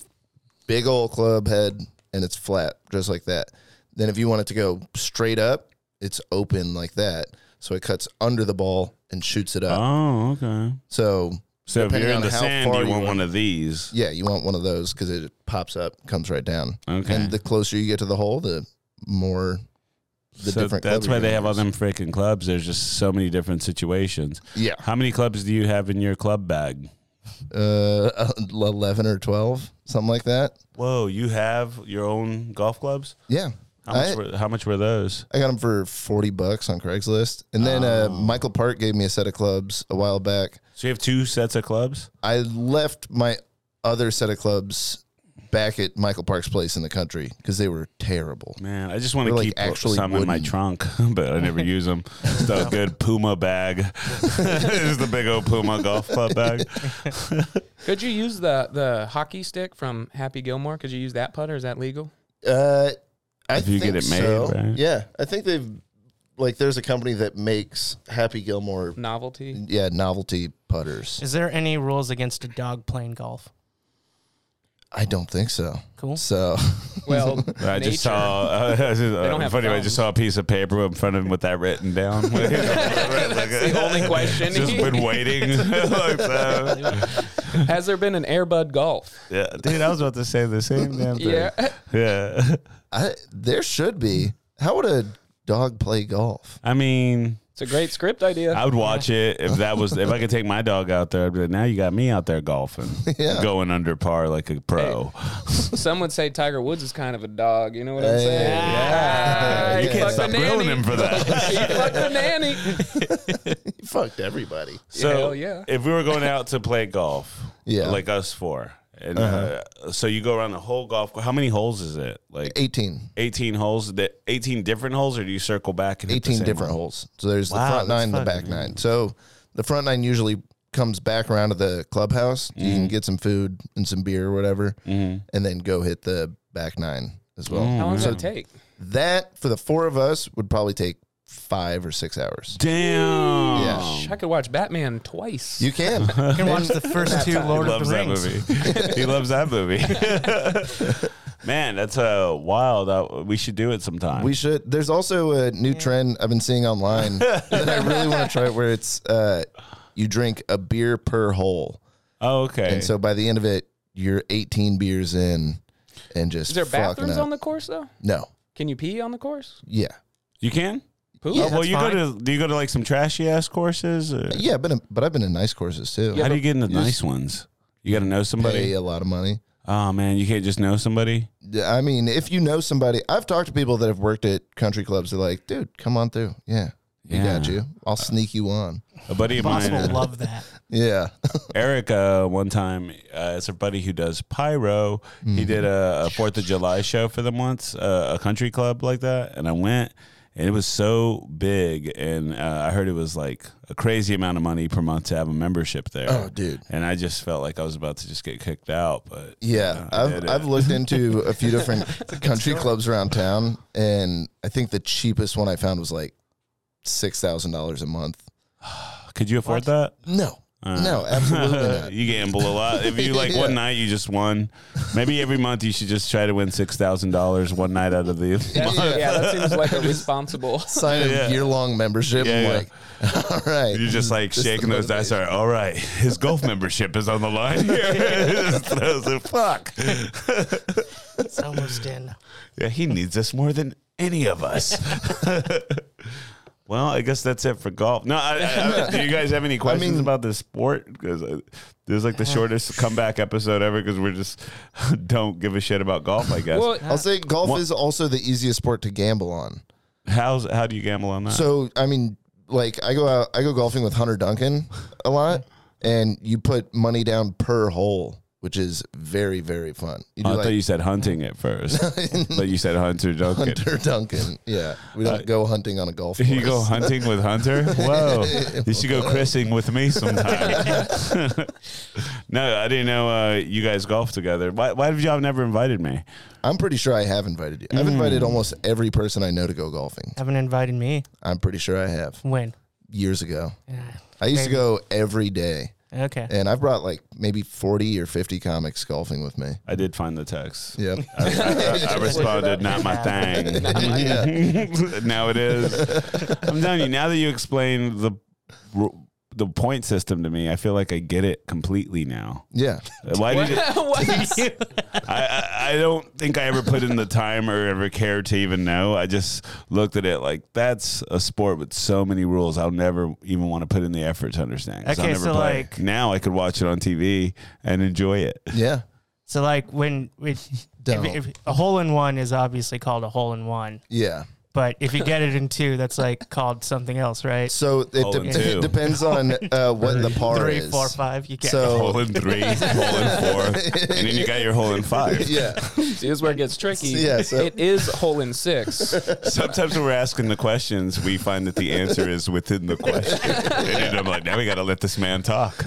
D: big old club head and it's flat, just like that. Then if you want it to go straight up, it's open like that. So it cuts under the ball and shoots it up.
A: Oh, okay.
D: So
A: So if
D: Depending
A: you're in
D: on
A: the
D: how
A: sand,
D: far
A: you
D: you
A: want
D: are.
A: one of these.
D: yeah, you want one of those because it pops up, comes right down.
A: Okay.
D: And the closer you get to the hole, the more the
A: so
D: different.
A: that's
D: club
A: why
D: you're
A: they
D: gonna
A: have all
D: use.
A: them freaking clubs. There's just so many different situations.
D: Yeah,
A: How many clubs do you have in your club bag?
D: uh, eleven or twelve, something like that.
A: Whoa, you have your own golf clubs?
D: Yeah,
A: How much,
D: I-
A: were, how much were those?
D: I got them for forty bucks on Craigslist, and then
A: Oh.
D: uh, Michael Park gave me a set of clubs a while back.
A: So you have two sets of clubs?
D: I left my other set of clubs back at Michael Park's place in the country because they were terrible.
A: Man, I just want to
D: They're, like,
A: keep
D: actually
A: some in my
D: wooden.
A: trunk, but I never use them. It's a good Puma bag. it's the big old Puma golf club bag.
C: Could you use the the hockey stick from Happy Gilmore? Could you use that putter? Is that legal?
D: Uh, I
A: If you
D: think
A: get it made,
D: so.
A: right?
D: Yeah, I think they've like there's a company that makes Happy Gilmore.
C: Novelty.
D: Yeah, novelty putters.
B: Is there any rules against a dog playing golf?
D: I don't think so.
B: Cool.
D: So
C: Well,
A: I
C: nature.
A: just saw. Uh,
C: don't have
A: funny, I just
C: thumbs.
A: saw a piece of paper in front of him with that written down.
C: That's the only question.
A: just been waiting. like that.
C: Has there been an Airbud Golf?
A: Yeah, dude, I was about to say the same damn thing.
C: Yeah.
A: yeah.
D: I, there should be. How would a dog play golf?
A: I mean,
C: It's a great script idea.
A: I would watch it if that was if I could take my dog out there. I'd be like, now you got me out there golfing,
D: Yeah.
A: going under par like a pro.
C: Some would say Tiger Woods is kind of a dog. You know what I'm saying?
D: Hey.
C: Yeah.
A: you
C: He
A: can't
C: fucked
A: stop
C: the
A: grilling
C: nanny.
A: him for that.
C: He fucked the nanny.
D: He fucked everybody.
A: So
C: Hell yeah.
A: if we were going out to play golf,
D: Yeah.
A: like us four, and uh so you go around the whole golf. cour- How many holes is it? Like
D: Eighteen.
A: eighteen holes? The eighteen different holes, or do you circle back and hit the
D: 18
A: same
D: different
A: hole?
D: holes. So there's
A: Wow,
D: the front
A: that's
D: nine, the
A: fucking
D: back nine. So the front nine usually comes back around to the clubhouse. You
A: Mm-hmm.
D: can get some food and some beer or whatever, and then go hit the back nine as well.
A: Mm.
C: How long does it take?
D: That for the four of us would probably take five or six hours.
A: Damn.
D: Yeah.
C: I could watch Batman twice.
D: You can.
B: You can watch the first two Lord
A: he
B: of
A: loves
B: the
A: that
B: Rings.
A: movie. he loves that movie. Man, that's a uh, wild. Uh, we should do it sometime.
D: We should. There's also a new trend I've been seeing online that I really want to try, where it's uh, you drink a beer per hole,
A: oh, okay.
D: and so by the end of it, you're 18 beers in, and just
C: Is there
D: fucking
C: bathrooms
D: up.
C: on the course though?
D: no,
C: Can you pee on the course?
D: yeah,
A: you can.
C: Poop?
A: oh, well, you go to do you go to like some trashy ass courses? Or
D: yeah. I've been, in, but I've been in nice courses too.
A: How do you get into nice ones? You got to know
D: Pay
A: somebody.
D: a lot of money.
A: Oh man, you can't just know somebody.
D: I mean, if you know somebody, I've talked to people that have worked at country clubs. They're like, dude, come on through. Yeah, we got
A: Yeah.
D: you. I'll sneak you on.
A: A buddy of
B: Boss will
A: mine,
B: love that.
D: Yeah,
A: Eric, uh, one time, uh, it's a buddy who does pyro. He
D: Mm-hmm.
A: did a, a Fourth of July show for them once, uh, a country club like that, and I went, and it was so big, and uh, I heard it was like a crazy amount of money per month to have a membership there.
D: Oh, dude.
A: And I just felt like I was about to just get kicked out, but
D: yeah.
A: I did
D: I've
A: it.
D: I've looked into a few different country clubs around town, and I think the cheapest one I found was like six thousand dollars a month.
A: could you afford that?
D: No,
A: Uh.
D: no, absolutely not.
A: you gamble a lot. If you like
D: Yeah.
A: one night, you just won. Maybe every month you should just try to win six thousand dollars one night out of the.
C: Yeah, yeah, that seems like a responsible.
D: Sign a
A: Yeah.
D: year long membership.
A: Yeah,
D: I'm
A: yeah.
D: like, all right.
A: You're just like
D: This is the
A: shaking those dice. All right, all right, his golf membership is on the line here. I was like, fuck.
B: It's almost in.
A: Yeah, he needs us more than any of us. Well, I guess that's it for golf. No, I, I, I- do you guys have any questions
D: mean-
A: about this sport? Because there's like the shortest comeback episode ever because we're just don't give a shit about golf. I guess.
C: Well,
D: I'll say golf
A: One-
D: is also the easiest sport to gamble on.
A: How's how do you gamble on that?
D: So I mean, like I go out, I go golfing with Hunter Duncan a lot, and you put money down per hole, which is very very fun. You do
A: Oh, I thought
D: like
A: you said hunting at first, but you said hunter Duncan.
D: Hunter Duncan, yeah. We don't go hunting on a golf course.
A: Uh, You go hunting with Hunter? Whoa. You should go chrissing with me sometime. no, I didn't know uh, you guys golf together. Why, why have y'all never invited me?
D: I'm pretty sure I have invited you. I've invited
A: Mm.
D: almost every person I know to go golfing.
B: Haven't invited me.
D: I'm pretty sure I have
B: When?
D: years ago. I used to
B: maybe.
D: go every day,
B: Okay.
D: and I've brought like maybe 40 or 50 comics golfing with me.
A: I did find the text.
D: Yeah.
A: I, I- I responded, not my thing. now it is. I'm telling you, now that you explained the the point system to me, I feel like I get it completely now.
D: Yeah.
A: Why did it,
C: what?
A: I, I, I don't think I ever put in the time or ever cared to even know. I just looked at it like that's a sport with so many rules. I'll never even want to put in the effort to understand. 'cause I'll
B: Okay,
A: never
B: so, like-
A: now I could watch it on TV and enjoy it.
D: Yeah.
B: So like when we, if,
D: Don't.
B: if a hole in one is obviously called a hole in one,
D: Yeah.
B: but if you get it in two, that's like called something else, right?
D: So it,
A: Hole
D: de-
A: in two.
D: it depends on uh, what the par
B: Three,
D: is.
B: four, five. You get
D: So
A: Hole in three, hole in four, and then you got your hole in five.
D: yeah,
C: See, this is where it gets tricky.
D: Yeah, so-
C: It is hole in six.
A: Sometimes when we're asking the questions, we find that the answer is within the question. And then I'm like, now we got to let this man talk.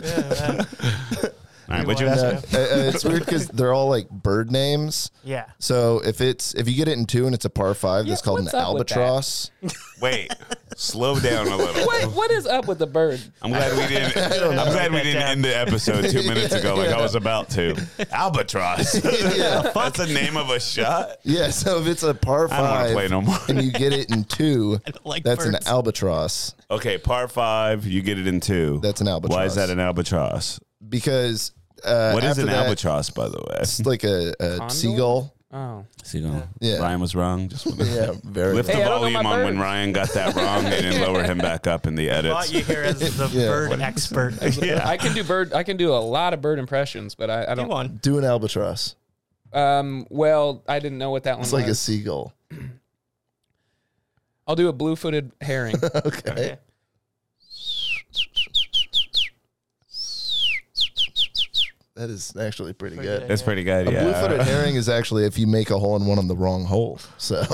A: All right, what'd you ask?
D: Uh,
A: me?
D: uh, it's weird because they're all like bird names.
B: yeah.
D: So if it's if you get it in two and it's a par five, that's called an
C: what's up with that?
D: albatross.
A: Wait, slow down a little.
C: Wait, what is up with the bird?
A: I'm glad we didn't. I'm glad we didn't end the episode two minutes ago like I was about to. Albatross. That's the name of a shot.
D: Yeah. So if it's a par
A: I don't want to
D: five
A: play no more.
D: and you get it in two,
B: like
D: that's an
B: birds.
D: albatross
A: Okay, par five. You get it in two.
D: That's an
A: Why is
D: albatross.
A: that an albatross?
D: because uh,
A: What is
D: after
A: an
D: that,
A: albatross, by the way?
D: It's like a, a seagull.
C: Oh,
A: Seagull.
D: Yeah.
A: Ryan was wrong. Just wanna
D: Yeah, very.
A: lift
C: Hey,
A: the
C: I don't know
A: volume
C: my
A: on when
C: birds.
A: Ryan got that wrong and then lower him back up in the
B: Brought
A: edits.
B: you here as the
D: Yeah.
B: bird expert.
A: Yeah.
C: I can do bird. I can do a lot of bird impressions, but I, I
B: Come
C: don't.
B: on.
D: do an albatross.
C: Um, well, I didn't know what that one
D: It's
C: was.
D: like a seagull.
C: I'll do a blue-footed herring.
D: Okay. That is actually pretty good.
A: That's pretty good.
D: A
A: yeah.
D: blue-footed herring is actually if you make a hole in one on the wrong hole. So
A: Wait.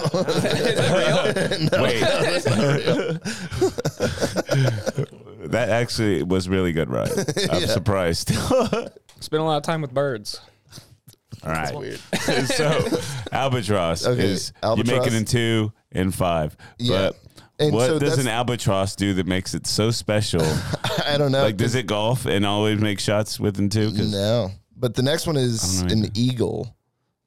A: that actually was really good, Ryan. I'm surprised. All
C: Spend a lot of time with birds.
A: right. so, albatross
D: Okay,
A: is you
D: albatross.
A: make it in two and five.
D: Yeah.
A: But
D: And
A: what
D: so
A: does an
D: that's-
A: albatross do that makes it so special?
D: I don't know.
A: like, does it golf and always make shots within two? 'Cause-
D: no. But the next one is
A: I don't know
D: an
A: either.
D: eagle.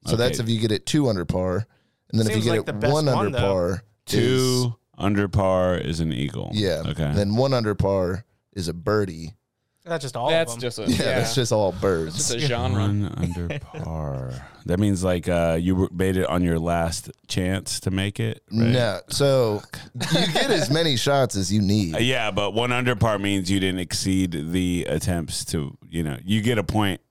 D: So
A: Okay.
D: that's if you get it two under par, and then if you
B: Seems
D: get
B: like the
D: it
B: best
D: one
B: one,
D: under
B: though.
D: par, is-
A: two under par is an eagle.
D: yeah.
A: Okay.
D: Then one under par is a birdie.
B: That's just all
C: that's
B: of them.
C: just a
D: Yeah,
C: yeah.
D: that's just all birds.
C: just a genre.
A: One under par. That means like uh, you were- made it on your last chance to make it. right?
D: No, so you get as many shots as you need.
A: Uh, Yeah, but one under par means you didn't exceed the attempts to, you know, you get a point.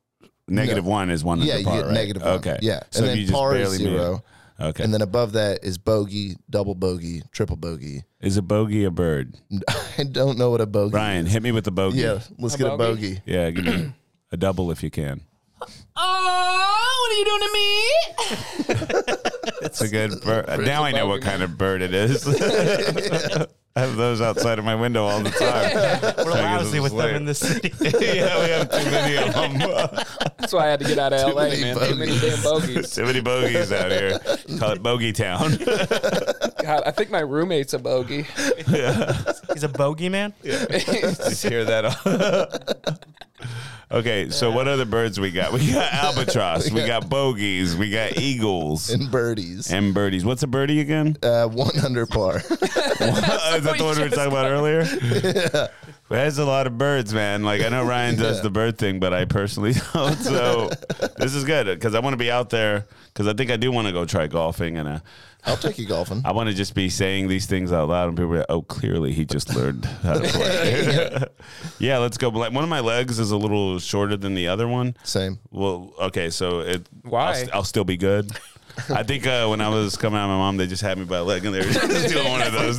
A: Negative one is one
D: Yeah,
A: under
D: you
A: par.
D: get
A: right?
D: negative one.
A: Okay.
D: Yeah,
A: So
D: and
A: if
D: then
A: you just
D: par is
A: barely made it-
D: zero.
A: Okay.
D: And then above that is bogey, double bogey, triple bogey.
A: is a bogey a bird?
D: Mm. I don't know what a bogey.
A: Ryan, hit me with the bogey.
D: Yeah, let's get a
C: bogey?
D: bogey.
A: Yeah, give me a double if you can.
E: Oh, what are you doing to me?
A: It's a good bird. now I know what
C: bogey,
A: kind of bird it is. I have those outside of my window all the time.
B: We're
A: I guess
B: lousy
A: it's
B: with them
A: late.
B: in the city.
A: yeah, we have too many of them.
C: That's why I had to get out of LA, man. Too many damn bogeys.
A: Too many bogeys out here. Call it Bogey Town.
C: God, I think my roommate's a bogey.
B: He's a bogeyman.
A: Just hear that. okay, so what other birds we got? We got albatross. We got bogeys. We got eagles
D: And birdies.
A: and birdies. What's a birdie again?
D: Uh, one under par.
A: Is that the one we were talking about earlier? There's a lot of birds, man. Like I know Ryan does the bird thing, but I personally don't. So this is good because I want to be out there because I think I do want to go try golfing and. Uh,
D: I'll take you golfing.
A: I want to just be saying these things out loud, and people are like, "Oh, clearly he just learned how to play." yeah, let's go. Like, One of my legs is a little shorter than the other one.
D: Same.
A: Well, okay, so it
C: Why?
A: I'll, st- I'll still be good. I think uh, when I was coming out, my mom they just had me by a leg, and they were just doing one of those.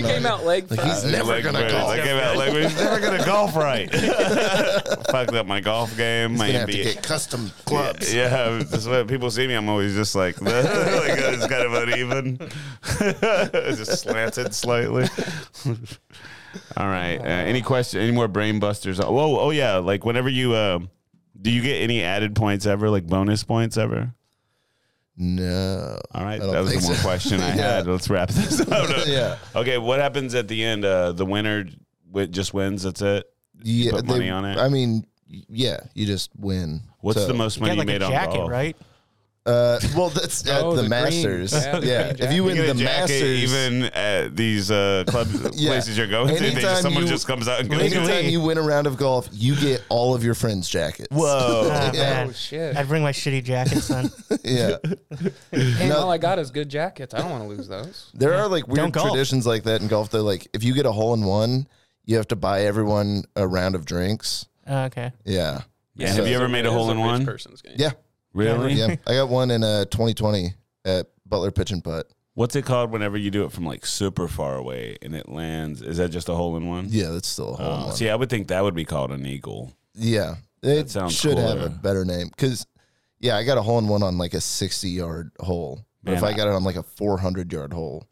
D: know,
C: Came out leg
D: like he's
C: first.
D: never
A: Leg
D: gonna
A: birds.
D: golf.
A: I came out like we're never gonna golf right. Fucked up my golf game, my
D: Gonna have to
A: NBA.
D: get custom clubs.
A: Yeah, that's what people see me. I'm always just like, like uh, it's kind of uneven, just slanted slightly. All right. Uh, any question? Any more brain busters? Oh, whoa, oh yeah. Like whenever you, uh, do you get any added points ever? Like bonus points ever?
D: No.
A: All right,
D: I don't
A: that was the
D: think
A: one
D: so.
A: question I
D: Yeah.
A: had. Let's wrap this up.
D: Yeah.
A: Okay, what happens at the end? Uh, the winner wi- just wins. That's it.
D: Yeah.
A: put money on it?
D: I mean, yeah, you just win.
A: What's
D: So-
A: the most
B: You
A: money
B: got like
A: you
B: a
A: made on
B: jacket,
A: golf?
B: right?
D: Uh, well, that's at
C: Oh,
D: the,
C: the green.
D: Masters.
C: Yeah, the
D: Yeah,
C: green
D: if you
C: jacket.
A: You
D: win
A: get
D: the
A: a jacket
D: Masters,
A: even at these uh, club
D: Yeah.
A: places you're going to, they
D: Anytime
A: just, someone
D: you-
A: just comes out and goes,
D: anytime
B: Legally.
D: you win a round of golf, you get all of your friends' jackets.
A: "Whoa!"
B: Ah,
D: Yeah.
B: man.
C: Oh, shit.
B: I'd bring my shitty jackets then.
D: yeah,
C: And all I got is good jackets. I don't want to lose those.
D: there are like weird
B: Don't golf.
D: traditions like that in golf. Though, like if you get a hole in one, you have to buy everyone a round of drinks.
B: Oh, okay.
D: Yeah,
A: Yeah, have you ever made a
C: It's
A: hole in
C: rich
A: one?
C: person's game.
D: yeah,
A: Really?
D: yeah. I got one in uh 2020 at Butler Pitch and Putt.
A: What's it called whenever you do it from like super far away and it lands? Is that just a hole in one?
D: Yeah, that's still a hole in
A: Oh,
D: one.
A: see, I would think that would be called an eagle.
D: Yeah, it
A: sounds
D: should have
A: cooler.
D: a better name because yeah, I got a hole in one on like a sixty yard hole, but if
A: Man,
D: I got it on like a four hundred yard hole,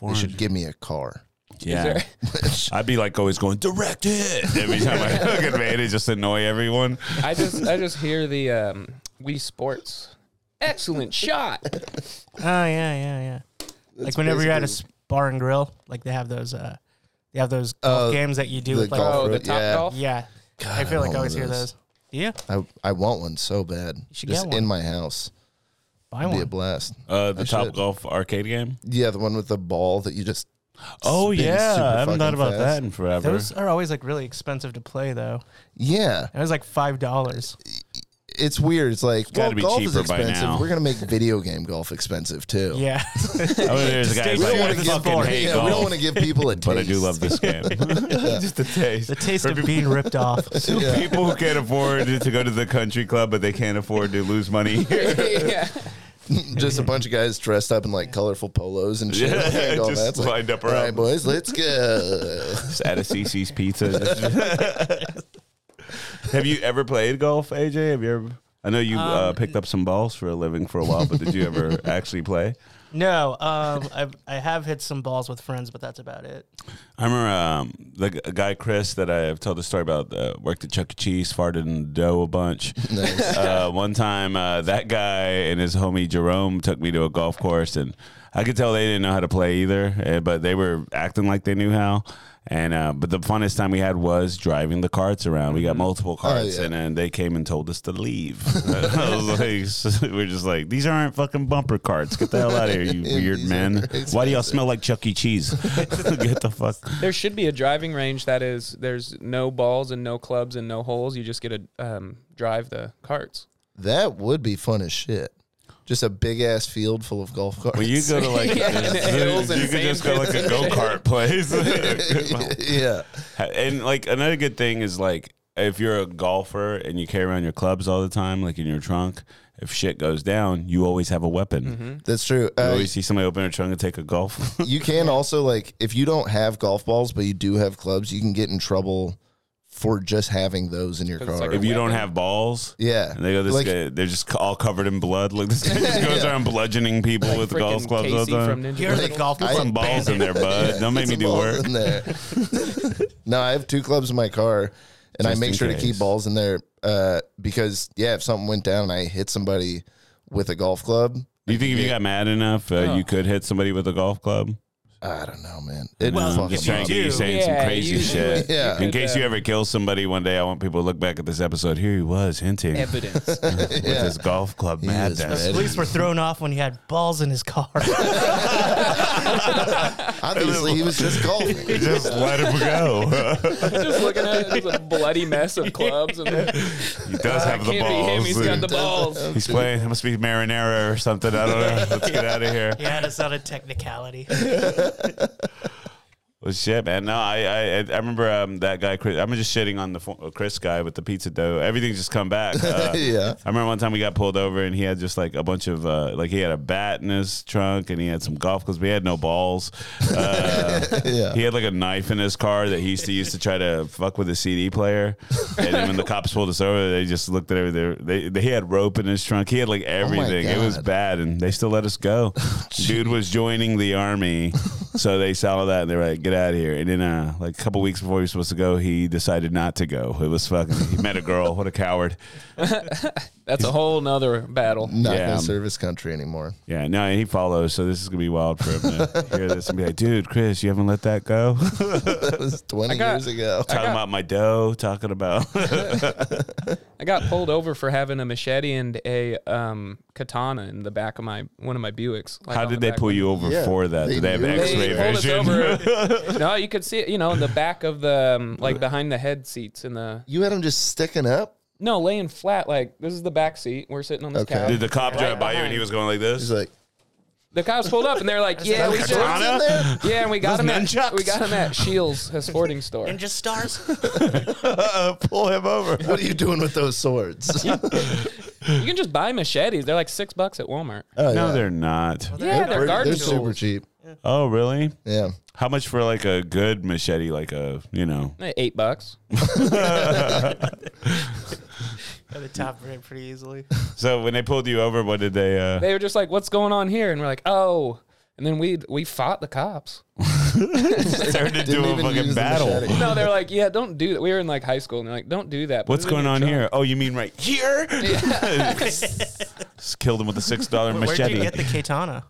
D: they should give me a car.
A: Yeah. I'd be like always going direct hit every time I hook it, man. It just annoy everyone.
C: I just I just hear the um, Wii Sports. Excellent shot.
B: Oh yeah, yeah, yeah. like whenever you're at a s- bar and grill, like they have those, uh, they have those golf
D: Uh,
B: games that you do
D: the
B: with like,
D: golf-
C: Oh, the
D: Fruit,
C: top
D: yeah.
C: golf.
B: yeah. I
D: I
B: feel like
D: want
B: I always
D: one
B: hear
D: of
B: those. Yeah,
D: I I want one so bad,
B: should
D: just
B: get one.
D: in my house.
B: buy
D: It'd be a
B: one.
D: blast.
A: Uh, the
D: I
A: Top
D: should.
A: Golf arcade game.
D: Yeah, the one with the ball that you just.
A: Oh
D: spin super
A: yeah, I haven't
D: fucking
A: thought about that
D: fast.
A: in forever.
B: Those are always like really expensive to play though.
D: Yeah,
B: It was like five dollars.
D: it's weird. It's like
A: gotta
D: well,
A: be
D: golf is
A: cheaper by now.
D: expensive. We're gonna make video game golf expensive too.
B: Yeah,
A: oh, there's
B: Just
A: guys
B: stay
A: like,
B: away
A: I
B: from the
A: fucking
B: sport.
A: hate
D: yeah,
A: golf.
D: we don't want to give people a taste.
A: but I do love this game. Just a taste.
B: the taste of being ripped off.
A: People who can't afford to go to the country club, but they can't afford to lose money. here.
C: yeah.
D: just a bunch of guys dressed up in like colorful polos and shit.
A: Yeah,
D: Like, all
A: just
D: that's like,
A: lined up
D: All right,
A: around.
D: boys, let's go.
A: Just at a CC's Pizza. Have you ever played golf, AJ? Have you ever? I know you
B: Um,
A: uh, picked up some balls for a living for a while, but did you ever actually play?
B: No, um, I I have hit some balls with friends, but that's about it.
A: I remember um, the g- guy Chris that I've told the story about uh, worked at Chuck E. Cheese, farted in the dough a bunch. Uh, one time, uh, that guy and his homie Jerome took me to a golf course, and I could tell they didn't know how to play either, eh, but they were acting like they knew how. And uh, but the funnest time we had was driving the carts around. We got multiple carts,
D: yeah.
A: and then they came and told us to leave. I was like, we we're just like, these aren't fucking bumper carts. Get the hell out of here, you weird
D: these
A: men.
D: are
A: Why do y'all smell like Chuck E. Cheese? Get the fuck.
C: There should be a driving range that is there's no balls and no clubs and no holes. You just get to um, drive the carts.
D: That would be fun as shit. Just a big ass field full of golf carts.
A: Well, you go to like
C: Yeah, and hills and
A: you could just go
C: sand
A: like a go kart place,
D: yeah.
A: and like another good thing is like if you're a golfer and you carry around your clubs all the time, like in your trunk, if shit goes down, you always have a weapon.
C: Mm-hmm.
D: That's true.
A: You
D: Uh,
A: always see somebody open their trunk and take a golf.
D: you can also like if you don't have golf balls but you do have clubs, you can get in trouble for just having those in your car.
C: it's like
A: if you don't have balls.
D: yeah.
A: And they go, this
D: like,
A: guy, they're just all covered in blood. Like this guy just goes around bludgeoning people with
C: Freaking
A: golf clubs all
C: Casey
A: the
C: from
A: time.
C: Ninja
B: You're the
C: Turtles.
B: golf
A: Put some balls in there, bud. Don't make
D: Get
A: me do
D: some balls
A: work.
D: in there. no, I have two clubs in my car and I
A: Just
D: make
A: in
D: sure to
A: case.
D: keep balls in there uh, because yeah, if something went down and I hit somebody with a golf club,
A: Do you think if you got mad enough, uh,
C: Oh.
A: you could hit somebody with a golf club?
D: I don't know, man. It
A: Well,
D: fucking
A: I'm just trying to get you
B: do.
A: saying some
C: Yeah,
A: crazy
C: you-
A: shit.
D: Yeah.
A: In case you ever kill somebody one day, I want people to look back at this episode. Here he was hinting
C: evidence.
A: with his golf club
D: is
A: madness.
D: ready.
B: Police were thrown off when he had balls in his car.
D: Obviously, he was just golfing.
A: Just let him go.
C: Just looking at it, it's a bloody mess of clubs. And
A: he does have the
C: Uh, can't
A: balls.
C: be him. He's got the balls.
A: He's playing. It must be marinara or something. I don't know. Let's get out of here.
B: Yeah, that's not a technicality.
A: Well, shit, man. No, I I, I remember um, that guy. Chris, I'm just shitting on the fo- uh, Chris guy with the pizza dough. Everything's just come back. Uh,
D: Yeah.
A: I remember one time we got pulled over and he had just like a bunch of uh, like he had a bat in his trunk and he had some golf clubs. We had no balls. Uh,
D: Yeah.
A: He had like a knife in his car that he used to use to try to fuck with the CD player. And then when the cops pulled us over, they just looked at everything. They, they he had rope in his trunk. He had like everything. it was
D: Oh God.
A: bad, and they still let us go. Dude was joining the army, so they saw that and they were like, "Get out of here!" And then uh, like a couple weeks before he was supposed to go, he decided not to go. It was fucking. He met a girl. What a coward.
C: That's a whole nother battle.
D: Not
A: Yeah.
D: gonna serve his country anymore.
A: Yeah, no, and he follows, so this is gonna be wild for him to hear this and be like, "Dude, Chris, you haven't let that go."
D: That was 20
C: got-
D: years ago.
A: talking about my dough, talking about
C: I got pulled over for having a machete and a um, katana in the back of my one of my Buicks. like
A: How
C: on
A: did
C: the
A: they
C: back
A: pull you over
D: Yeah,
A: for that?
D: they
A: Did they have
D: knew. They
A: X-ray
C: pulled us over.
A: vision?
C: window. No, you could see it. You know, in the back of the um, like behind the head seats in the
D: You had him just sticking up.
C: no laying flat. Like this is the back seat. We're sitting on this
D: Okay.
C: couch.
A: Did the cop drive by you and he was going like this?
D: He's like,
C: The cops pulled up and they're like, "Yeah, we
D: "What's
C: just,
A: katana?
D: in there?
C: yeah, and we got
A: Those
C: him at
A: nunchucks?
C: we got him at Shields, a sporting store."
B: Ninja stars.
A: Pull him over.
D: What are you doing with those swords?
C: You can just buy machetes. They're like six bucks at Walmart.
D: Oh,
A: No,
D: yeah.
A: they're not.
C: Yeah, they're, garden
D: they're
C: tools.
D: super cheap.
A: Oh, really?
D: Yeah.
A: How much for like a good machete? Like a you know?
C: Eh, Eight bucks.
B: At the top rate pretty easily.
A: So when they pulled you over, what did they? uh
C: They were just like, "What's going on here?" And we're like, "Oh." And then we we fought the cops.
A: Turned into
D: Didn't
A: a
D: even
A: fucking
D: use the
A: battle.
D: machete.
C: No, they're like, "Yeah, don't do that." We were in like high school, and they're like, "Don't do that."
A: What's
C: Put it in
A: going
C: your
A: on
C: trunk."
A: here? Oh, you mean right here? Just killed him with a six dollar
B: Where'd you
A: machete. Hmm?
B: get the katana?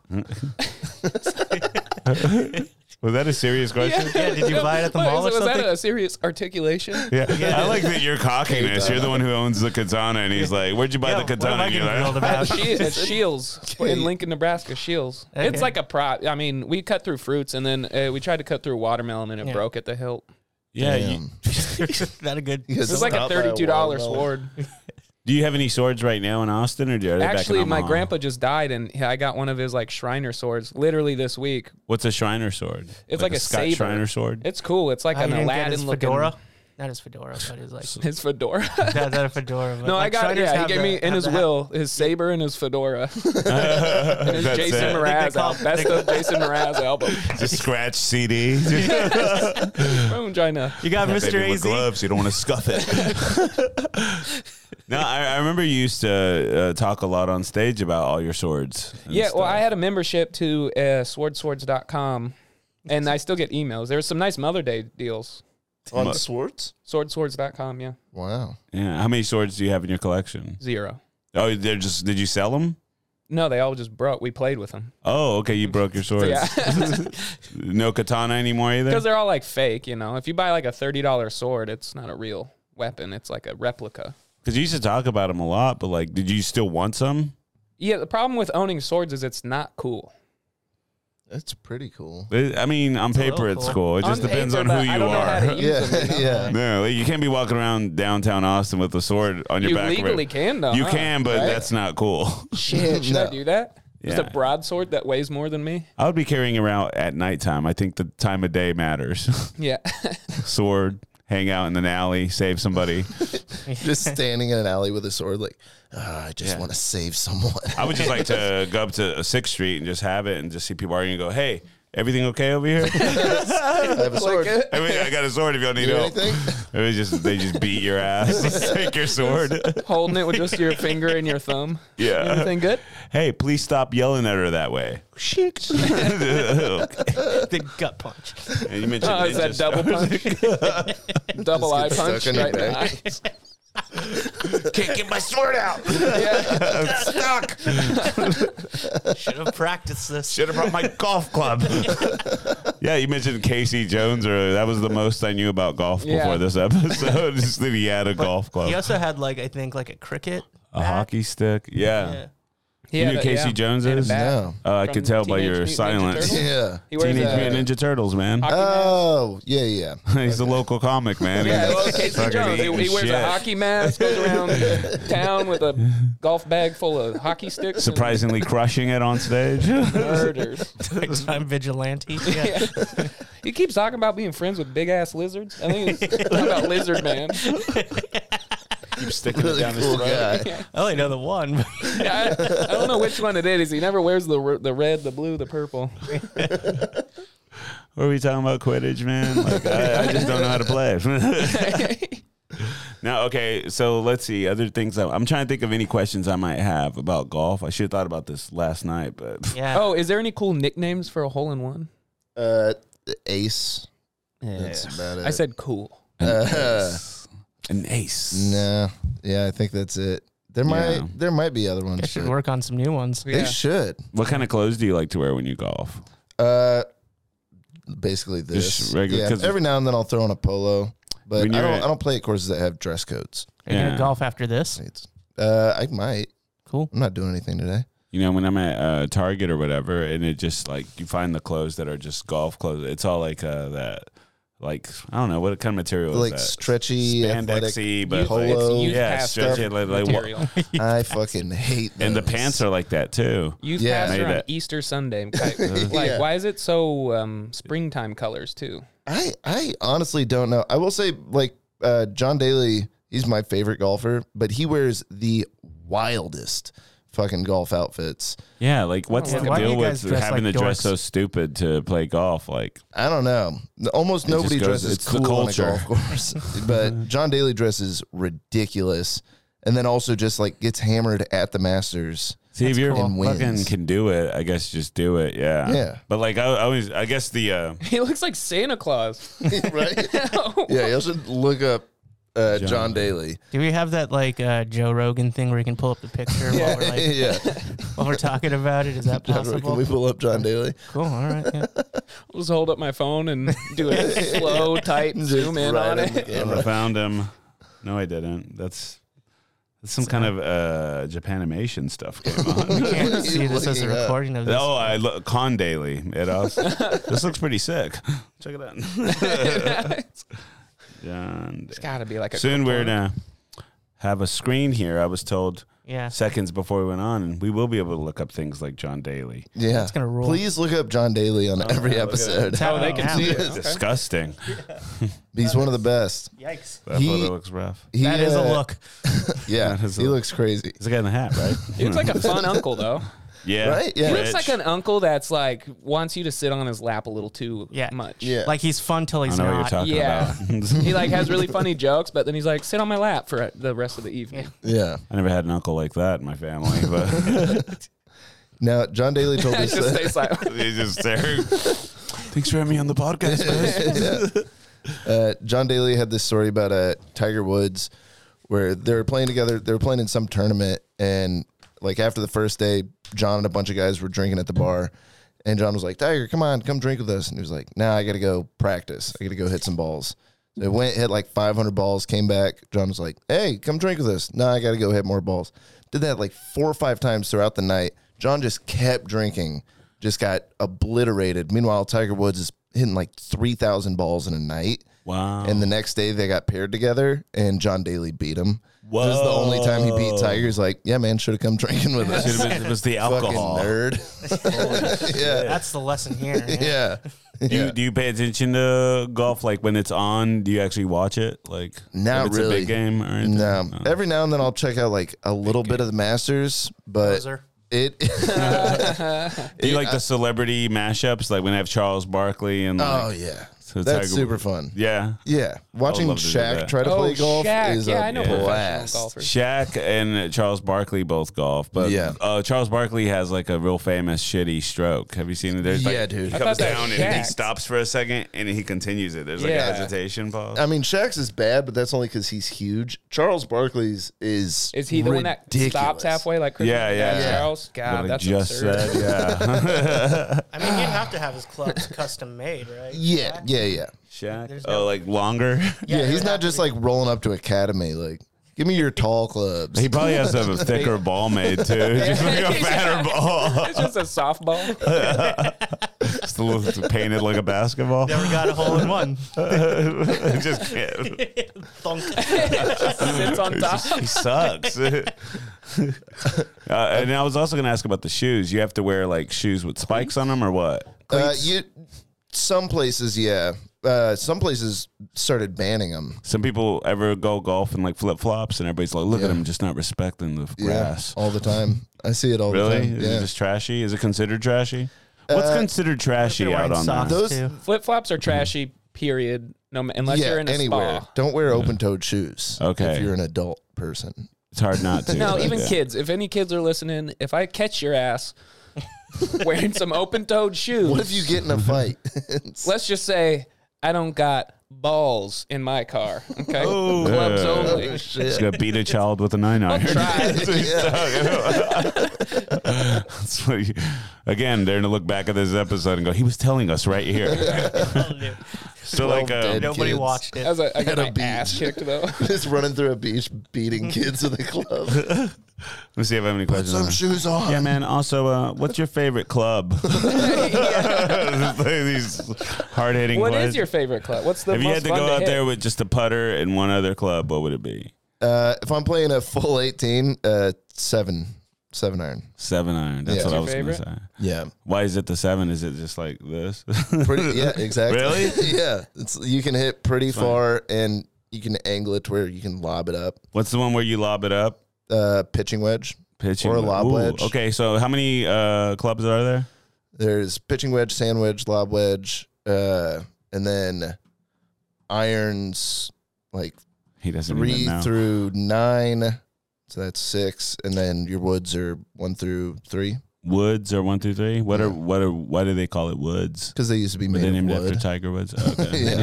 A: Was that a serious question?
B: Yeah, did you buy it at the
C: What,
B: mall or
C: is it- was
B: something?
C: that a serious articulation?
A: Yeah. I like that you're cockiness. You're the one who owns the katana, and he's like, "Where'd you buy
B: Yo,
A: the
B: what am
A: katana?"
B: I
A: And you're
B: gonna
A: like,
B: build about?
C: She- it's Shields in Lincoln, Nebraska. Shields. It's
B: Okay.
C: like a prop. I mean, we cut through fruits, and then uh, we tried to cut through watermelon, and it
B: Yeah.
C: broke at the hilt.
A: Yeah. You,
D: Damn.
B: Not a good.
D: You guys
C: It's like a
D: stopped by
C: thirty-two dollar
D: watermelon.
C: sword.
A: do you have any swords right now in Austin, or are they
C: Actually,
A: back in
C: my
A: Omaha?
C: grandpa just died, and I got one of his like Shriner swords literally this week.
A: What's a Shriner sword?
C: It's like a
A: Scott
C: saber.
A: Shriner sword.
C: It's cool. It's like
B: How Oh, you
C: an
B: didn't get his
C: Aladdin looking
B: fedora? Not his fedora, but his like.
C: His fedora.
B: not, not a fedora. But
C: No,
B: like
C: I got.
B: Shriners
C: Yeah, he
B: have
C: gave
B: the-
C: me in
B: have
C: his
B: the-
C: will his saber and his fedora. and his
A: That's
C: Jason
A: it.
C: Mraz
B: call-
C: album. Best of Jason Mraz album.
A: Just scratch CD. Just
C: From China.
B: You got Mr.
A: Baby, with
B: AZ.
A: gloves. You don't want to scuff it. no, I, I remember you used to uh, talk a lot on stage about all your swords. and
C: Yeah, well,
A: stuff.
C: I had a membership to uh, swordswords.com, and I still get emails. There was some nice Mother Day deals.
D: On swords?
C: Swordswords.com, yeah.
D: Wow.
A: yeah. How many swords do you have in your collection?
C: Zero.
A: Oh, they're just. Did you sell them?
C: No, they all just broke. We played with them.
A: Oh, okay. You broke your swords.
C: Yeah.
A: no katana anymore either.
C: Because they're all like fake, you know. If you buy like a $30 sword, it's not a real weapon, it's like a replica.
A: Because you used to talk about them a lot, but like, did you still want some?
C: Yeah, the problem with owning swords is it's not cool.
D: That's pretty cool.
A: It- I mean, on
B: a little
A: paper, it's
B: cool.
A: cool. It just
C: On
A: depends
C: paper,
A: on
C: but
A: who
C: I
A: you
C: don't know
A: are.
C: how to use
D: Yeah,
C: them, you know?
D: yeah.
A: No, like, you can't be walking around downtown Austin with a sword on your
C: You
A: back.
C: legally can though.
A: you
C: huh?
A: can, but
C: Right?
A: that's not cool.
C: shit. Should I
D: No.
C: do that? Just
A: Yeah.
C: a broadsword that weighs more than me.
A: I would be carrying around at nighttime. I think the time of day matters.
C: Yeah.
A: sword, hang out in an alley, save somebody.
D: Just standing in an alley with a sword, like, "Ah, I just want to save someone.
A: I would just like to go up to Sixth Street and just have it and just see people arguing and go, "Hey, everything okay over here?
D: I have a sword.
C: Like,
A: I, mean, I got a sword. If y'all need
D: Do
A: help."
D: anything?
A: It was just they just beat your ass, Just take your sword.
C: holding it with just your finger and your thumb.
A: Yeah.
C: Anything good?
A: hey, please stop yelling at her that way. Shit.
B: The gut punch.
A: And you mentioned
C: Oh, is that
A: ninja
C: double punch? double eye
D: Just get
C: punch
D: stuck in
C: right in
D: your
C: the
D: back.
C: eyes.
A: Can't get my sword out.
C: Yeah.
A: I'm stuck.
B: Should have practiced this.
A: Should have brought my golf club. yeah, you mentioned Casey Jones earlier. That was the most I knew about golf
C: Yeah.
A: before this episode. Just that he had a golf club,
B: He also had like I think like a cricket.
A: a hockey stick. Yeah.
B: Yeah.
C: He
A: You
C: had
A: knew
C: a-
A: Casey
C: yeah,
A: Jones
C: he had a
A: is?
C: bat.
D: No.
A: Uh, I
C: From
A: could tell by
C: Teenage
A: your
C: Mutant Ninja
A: silence.
C: Turtles?
D: Yeah.
C: He wears
A: Teenage
C: a
A: Mutant Ninja Turtles, man.
C: hockey mask.
D: Oh, yeah, yeah.
A: He's a local comic, man.
C: Yeah,
A: He's
C: well, Casey
A: fucking
C: Jones. He, he
A: eating
C: wears
A: shit.
C: a hockey mask, goes around town with a golf bag full of hockey sticks.
A: Surprisingly crushing it on stage.
C: And murders.
B: Big-time vigilante. Yeah.
C: Yeah. he keeps talking about being friends with big ass lizards. I think he's talking about Lizard Man.
A: Keep sticking it
D: Really
A: down his
D: cool
A: throat.
D: guy.
B: I only know the one.
C: Yeah, I, I don't know which one it is. He never wears the r- the red, the blue, the purple.
A: What are we talking about Quidditch, man? Like, I, I just don't know how to play. now, okay, so let's see other things. I, I'm trying to think of any questions I might have about golf. I should have thought about this last night, but
B: yeah.
C: Oh, is there any cool nicknames for a hole in one?
D: Uh, Ace.
C: Yeah.
D: That's about it.
C: I said cool.
D: Uh,
A: an ace.
D: nah. Yeah, I think that's it. There
A: Yeah.
D: might there might be other ones.
B: I should
D: but-
B: work on some new ones.
D: They
C: Yeah.
D: should.
A: What kind of clothes do you like to wear when you golf?
D: Uh, basically this.
A: Just regular-
D: yeah,
A: 'cause-
D: every now and then I'll throw in a polo, but I
A: When
D: don't.
A: you're at-
D: I don't play at courses that have dress codes.
B: Are you
A: Yeah.
B: gonna golf after this?
D: It's, uh, I might.
B: Cool.
D: I'm not doing anything today.
A: You know, when I'm at uh, Target or whatever, and it just like you find the clothes that are just golf clothes. It's all like uh, that, like I don't know what kind of material
D: like
A: is
D: stretchy,
A: that?
D: athletic.
A: Spandexy, but
D: polo.
A: like,
C: It's youth
A: yeah,
C: pastor
A: stretchy. Like, like, wa-
C: material.
D: I fucking hate.
A: and the
D: those.
A: pants are like that too.
C: Youth
D: Yeah.
C: pastor
A: Made
C: on
A: it.
C: Easter Sunday. Like, like, why is it so um, springtime colors too?
D: I I honestly don't know. I will say like uh, John Daly. He's my favorite golfer, but he wears the wildest fucking golf outfits.
A: Yeah, like what's
B: Yeah,
A: the
B: why do
A: deal
B: you guys
A: with
B: dress
A: having
B: like
A: to dress
B: dorks?
A: so stupid to play golf? Like
D: I don't know. Almost
A: just
D: nobody
A: goes-
D: dresses
A: it's the
D: cool on a
A: culture.
D: golf course, but John Daly dresses ridiculous, and then also just like gets hammered at the Masters.
A: See if you're
D: cool. And
A: fucking
D: wins.
A: can do it, I guess just do it. Yeah.
D: Yeah.
A: But like I, I always I guess the uh
C: He looks like Santa Claus.
D: right? Yeah, you should look up uh, John. Daly.
B: Do we have that like uh, Joe Rogan thing where you can pull up the picture while, we're, like,
D: yeah,
B: while we're talking about it? Is that
D: can
B: possible?
D: we pull up John Daly?
B: Cool. All right. Yeah.
C: I'll just hold up my phone and do a slow, tight zoom in
D: Right
C: on
D: the
C: it.
A: I
D: camera.
A: found him. No, I didn't. That's that's some kind of uh Japanimation stuff going on.
B: You can't see this as a
D: looking up?
B: recording of this.
A: Oh, I look Con Daily. It also, this looks pretty sick. Check it out. John
C: It's got to be like a
A: Soon we're gonna have a screen here. I was told
B: Yeah.
A: seconds before we went on, and we will be able to look up things like John Daly.
D: Yeah,
B: It's gonna rule.
D: Please look up John Daly on every
A: yeah, look at
D: episode.
A: it.
C: Oh, they can
B: Wow.
C: see it.
D: Yes.
C: Okay.
A: Disgusting.
D: He's one of the best.
B: Yikes.
A: That
D: He-
A: photo looks rough.
D: He,
B: That is a
D: uh,
B: look.
D: Yeah,
A: That is a
D: he
A: look.
D: looks crazy.
A: He's a guy in the hat, right?
C: He looks like a fun uncle, though.
A: yeah,
D: Right? Yeah.
C: He
A: Rich.
C: looks like an uncle that's like wants you to sit on his lap a little too
B: Yeah.
C: much.
D: Yeah,
B: Like he's fun till
A: I
B: he's
A: know what you're
B: not.
A: talking
C: Yeah.
A: about.
C: He like has really funny jokes, but then he's like, sit on my lap for the rest of the evening.
D: yeah.
A: I never had an uncle like that in my family, but
D: Now John Daly told us
C: just
D: that,
C: stay silent.
A: he's just there. Thanks for having me on the podcast,
D: uh, John Daly had this story about uh, Tiger Woods, where they were playing together. They were playing in some tournament, and like after the first day, John and a bunch of guys were drinking at the bar, and John was like, "Tiger, come on, come drink with us," and he was like, "Nah, I gotta go practice. I gotta go hit some balls." So it went hit like 500 balls, came back. John was like, "Hey, come drink with us." Nah, I gotta go hit more balls. Did that like four or five times throughout the night. John just kept drinking, just got obliterated. Meanwhile, Tiger Woods is hitting like 3,000 balls in a night.
A: Wow.
D: And the next day they got paired together, and John Daly beat him. This is the only time he beat
A: Whoa.
D: Tiger's. Like, yeah, man, should have come drinking with us.
A: Should've been- it was the
D: Fucking
A: alcohol.
D: nerd. yeah,
B: That's the lesson here. Yeah.
D: yeah.
A: Do you, do you pay attention to golf? Like when it's on, do you actually watch it? Like
D: Not
A: if it's a
D: really.
A: big game or anything?
D: No, every now and then I'll check out like a little bit of the Masters, but
B: Poser.
D: it.
A: Do you like the celebrity mashups? Like when I have Charles Barkley and like,
D: oh yeah,
A: So
D: that's
A: Tiger-
D: super fun.
A: yeah,
D: Yeah, watching
A: love to do
D: Shaq
A: that.
D: try to
C: Oh,
D: play golf
C: Shaq.
D: is
C: yeah,
D: a
C: I know
D: blast.
C: professional golfers.
A: Shaq and Charles Barkley both golf, but
D: Yeah.
A: uh, Charles Barkley has like a real famous shitty stroke. Have you seen it? There's
D: Yeah,
A: like,
D: dude.
A: He
D: I
A: comes
C: thought that
A: down
C: was
A: and he
C: Shaq.
A: stops for a second and he continues it. There's like
C: Yeah.
A: a hesitation pause.
D: I mean, Shaq's is bad, but that's only because he's huge. Charles Barkley's is
C: Is he the one that stops
D: ridiculous.
C: halfway like Chris
A: Yeah, yeah. Yeah.
C: Charles? God,
A: What I
C: that's
A: just
C: absurd.
A: said, yeah.
B: I mean, you'd have to have his clubs custom made, right?
D: Yeah, yeah, yeah.
A: Shaq.
B: There's
A: Oh, like longer.
D: Yeah,
B: it
D: he's
B: would
D: not
B: have to
D: just
B: be-
D: like rolling up to academy like Give me your tall clubs.
A: He probably has to have a thicker ball made too. Just like a fatter ball.
C: It's just a softball.
A: It's a little painted like a basketball.
B: Never got a hole in one.
A: just can't.
B: Thunk.
C: sits on top.
A: He sucks. uh, and I was also going to ask about the shoes. You have to wear like shoes with spikes on them or what?
D: Uh, you, some places, yeah. Uh, some places started banning them.
A: Some people ever go golf in like flip flops and everybody's like, look at him, just not respecting the grass.
D: all the time. I see it all
A: Really?
D: the time.
A: Is
D: Yeah. Uh,
A: it just trashy? Is it considered trashy? What's considered trashy out on uh,
B: Socks,
A: there?
D: Those-
B: too.
C: Flip flops are trashy. Period. No, ma- unless
D: yeah,
C: you're in a
D: anywhere.
C: spa.
D: Don't wear open-toed shoes.
A: Okay.
D: If you're an adult person.
A: It's hard not to.
C: No,
A: but
C: even
A: yeah.
C: kids. If any kids are listening, if I catch your ass wearing some open-toed shoes,
D: What if you get in a fight?
C: let's just say I don't got balls in my car. Okay,
D: Oh.
C: clubs
A: Yeah.
C: only.
A: She's gonna beat a child with a nine iron.
C: Try.
A: That's what you- again, they're gonna look back at this episode and go, "He was telling us right here." so like,
D: dead
A: uh,
B: Nobody
D: kids.
B: watched
C: As
B: it.
C: I, I got
D: At a
C: my
D: beach.
C: ass kicked though.
D: just running through a beach, beating kids with a club.
A: let's see if I have any questions. on
D: Some
A: that.
D: shoes on.
A: yeah, man. Also, uh, what's your favorite club? These hard hitting.
C: What is your favorite club? What's the
A: If you
C: most
A: had to
C: fun
A: go out
C: hit?
A: there with just a putter and one other club, what would it be?
D: Uh, if I'm playing a full 18, uh, seven, seven iron.
A: Seven iron. That's
D: Yeah.
A: what I
C: Your
A: was
C: favorite?
A: gonna say.
D: Yeah.
A: Why is it the seven? Is it just like this?
D: Pretty, yeah, exactly.
A: Really?
D: yeah. It's, you can hit pretty far and you can angle it to where you can lob it up.
A: What's the one where you lob it up?
D: Uh, pitching wedge.
A: Pitching
D: Or a
A: wed-
D: lob
A: Ooh,
D: wedge.
A: Okay, so how many uh, clubs are there?
D: There's pitching wedge, sand wedge, lob wedge, uh, and then irons like
A: He doesn't even
D: three
A: know.
D: through nine. So that's six. And then your woods are one through three
A: Woods are one through three. What are what are why do they call it Woods?
D: because they used to be
A: Were
D: made
A: they
D: of
A: named
D: wood.
A: after Tiger Woods? Oh, okay.
D: Yeah.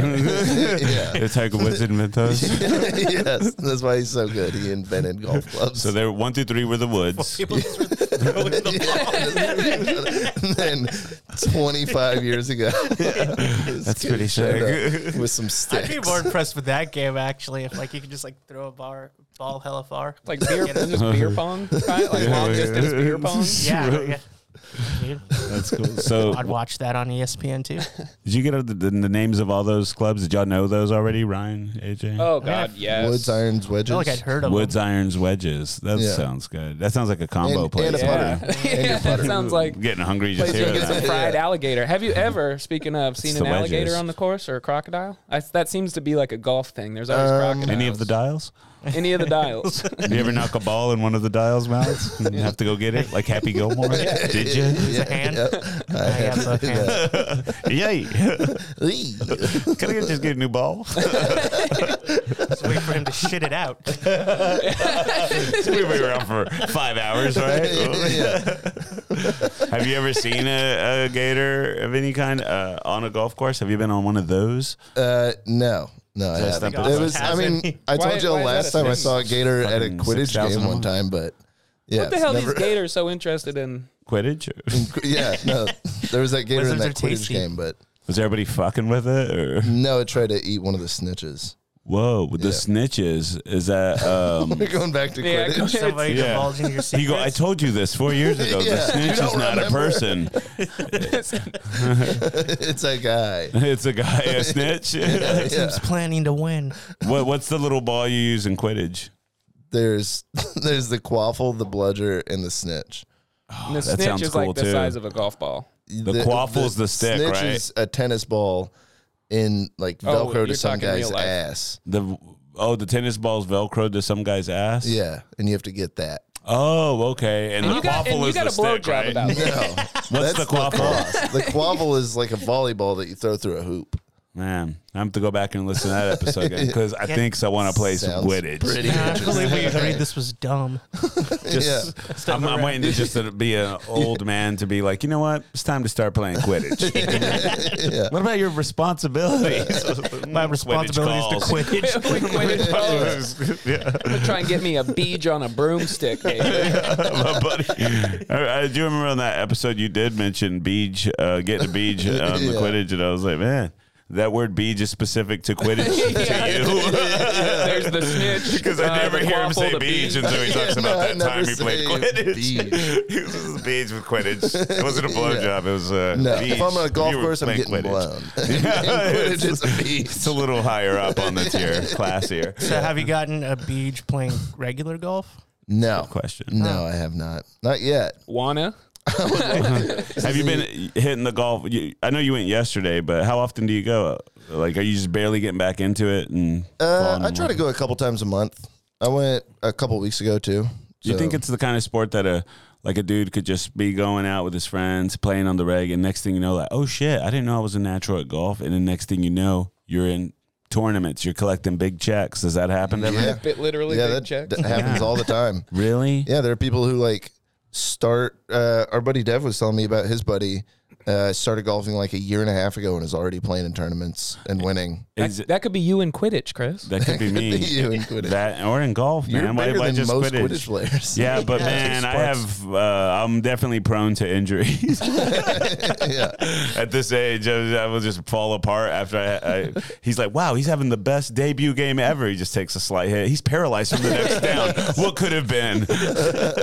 D: Yeah.
A: The Tiger Woods invent those.
D: yes, that's why he's so good. He invented golf clubs.
A: So they're one through three were the Woods.
B: People just were throwing the
D: and then 25 years ago,
A: That's pretty sick.
D: showed up with some
B: I'd be
D: sticks.
B: more impressed with that game actually if like you could just like throw a bar ball hella far.
C: Like beer,
B: Get
C: is
B: it?
C: this beer pong, right? Like
A: Yeah,
C: long
A: yeah.
C: distance beer pong.
B: yeah, yeah. Dude,
A: That's cool. So
B: I'd watch that on E ESPN too.
A: did you get the, the, the names of all those clubs? Did y'all know those already? Ryan, AJ,
C: Oh God, yes.
D: Woods, irons,
B: I
D: wedges.
B: feel like I'd heard of
A: Woods,
B: them.
A: irons, wedges. That
D: Yeah.
A: sounds good. That sounds like a combo
D: And-
A: place.
D: and a
A: yeah.
D: putter.
C: Yeah, that sounds like
A: Getting hungry just
C: place you
A: hearing
C: can get
A: that.
C: some fried alligator. Have you ever, speaking of, seen
A: It's
C: an
A: the wedges.
C: alligator on the course or a crocodile? I, that seems to be like a golf thing. There's always crocodiles.
A: Um, Any of the dials?
C: any of the dials.
A: You ever knock a ball in one of the dials' mouths and have to go get it, like Happy Gilmore? Did you?
D: Yeah,
B: hand?
D: yeah.
B: I
D: I
B: got
D: had
B: both hands.
A: Yay!
D: Eee.
A: Can I just get a new ball?
B: Just wait for him to shit it out.
A: we were around for five hours, right?
D: Yeah.
A: have you ever seen a, a gator of any kind uh, on a golf course? Have you been on one of those?
D: Uh, no. No, I
A: That's
D: haven't.
A: not
D: It was, I
B: possible.
D: mean, I
C: Why-
D: told you
C: why is
D: last
C: that a
D: time I
C: thing?
D: saw a gator at a
A: Fucking
D: Quidditch
A: 6,000
D: game
A: of them.
D: one time, but yeah.
C: what the hell?
D: never-
C: These gators so interested in?
A: Quidditch?
D: Yeah, no. There was that gator in
B: Lizards
D: that
B: are
D: Quidditch
B: tasty.
D: game, but
A: Was everybody fucking with it? Or
D: no, it tried to eat one of the snitches.
A: whoa, with the
D: Yeah.
A: snitches? Is that? Um,
D: We're going back to
C: Yeah,
D: Quidditch.
B: Somebody
A: Yeah.
B: divulging your secrets.
A: he go. I told you this four years ago. The
D: Yeah. You
A: snitch
D: don't
A: is not a
D: remember.
A: person.
D: it's a guy.
A: It's a guy. A snitch.
D: Yeah.
B: Who's planning to win?
A: what, what's the little ball you use in Quidditch?
D: There's there's the quaffle, the bludger, and the snitch.
C: the
A: that
C: snitch
A: sounds
C: is
A: cool,
C: like the
A: too.
C: size of a golf ball.
D: The,
A: quaffle's the stick,
D: snitch
A: right?
D: is a tennis ball in like
C: Oh,
D: Velcro
C: you're
D: to some
C: talking
D: guy's
C: real life.
D: ass.
A: The oh, the tennis ball's velcroed to some guy's ass.
D: Yeah, and you have to get that.
A: Oh, okay. And,
C: And
A: the
C: you got,
A: waffle
C: and you
A: is
C: got
A: the
C: a
A: stick,
C: blowjob
A: right?
C: about
D: No,
C: it.
A: What's the quaffle?
D: quaffle. the quaffle is like a volleyball that you throw through a hoop.
A: Man, I have to go back and listen to that episode again because I think I want to play some
D: Sounds
A: Quidditch.
D: pretty
B: Nah, I
D: interesting.
B: believe we agreed this was dumb.
A: Just, I'm, I'm waiting to just to be an old man to be like, you know what? It's time to start playing Quidditch.
D: yeah.
A: what about your responsibilities?
B: My responsibility is to quit.
C: We quit it. Oh,
A: yeah,
C: Try and get me a beach on a broomstick, baby.
A: my buddy. I, I do remember on that episode you did mention beach, uh, getting a beach on the
D: Yeah.
A: Quidditch, and I was like, man, that word be just specific to Quidditch to you?
C: There's the snitch.
A: Because I
C: uh,
A: never
C: the
A: hear him
C: quaffle,
A: say
C: the bee.
A: beach until he talks
D: Yeah,
A: about
D: no, I
A: that time
D: never
A: he played
D: say
A: Quidditch. He was beach with Quidditch. It wasn't a blowjob. It was a
D: No,
A: beach.
D: if I'm on a golf
A: You were
D: course, I'm
A: playing
D: getting blown.
A: Yeah,
D: Quidditch, it's a beach.
A: It's a little higher up on the tier, classier.
B: So have you gotten a beach playing regular golf?
D: No,
A: Question.
C: Oh.
D: no, I have not, not yet.
C: Wanna?
A: Have you been hitting the golf? You, I know you went yesterday, but how often do you go? Like, are you just barely getting back into it? And
D: Uh,
A: falling
D: I
A: in
D: try
A: love?
D: to go a couple times a month. I went a couple weeks ago too.
A: Do you
D: So-
A: think it's the kind of sport that a like a dude could just be going out with his friends, playing on the reg, and next thing you know, like, oh shit, I didn't know I was a natural at golf, and then next thing you know, you're in tournaments, you're collecting big checks. Does that happen ever?
D: Yeah.
C: Bit literally.
D: yeah,
C: big
D: that,
C: check.
D: that happens all the time.
A: Really?
D: Yeah, there are people who like start. Uh, our buddy Dev was telling me about his buddy uh, started golfing like a year and a half ago and is already playing in tournaments and winning.
A: Is
C: that, that could be you in Quidditch, Chris.
A: that could be me.
D: you in Quidditch.
A: That or in golf,
D: You're
A: man. why,
D: bigger
A: why
D: than
A: just
D: most
A: Quidditch?
D: Quidditch, players.
A: Yeah, but man, I have. Uh, I'm definitely prone to injuries.
D: yeah,
A: At this age, I, was- I will just fall apart after I, I. He's like, wow, he's having the best debut game ever. He just takes a slight hit. He's paralyzed from the next down. What could have been?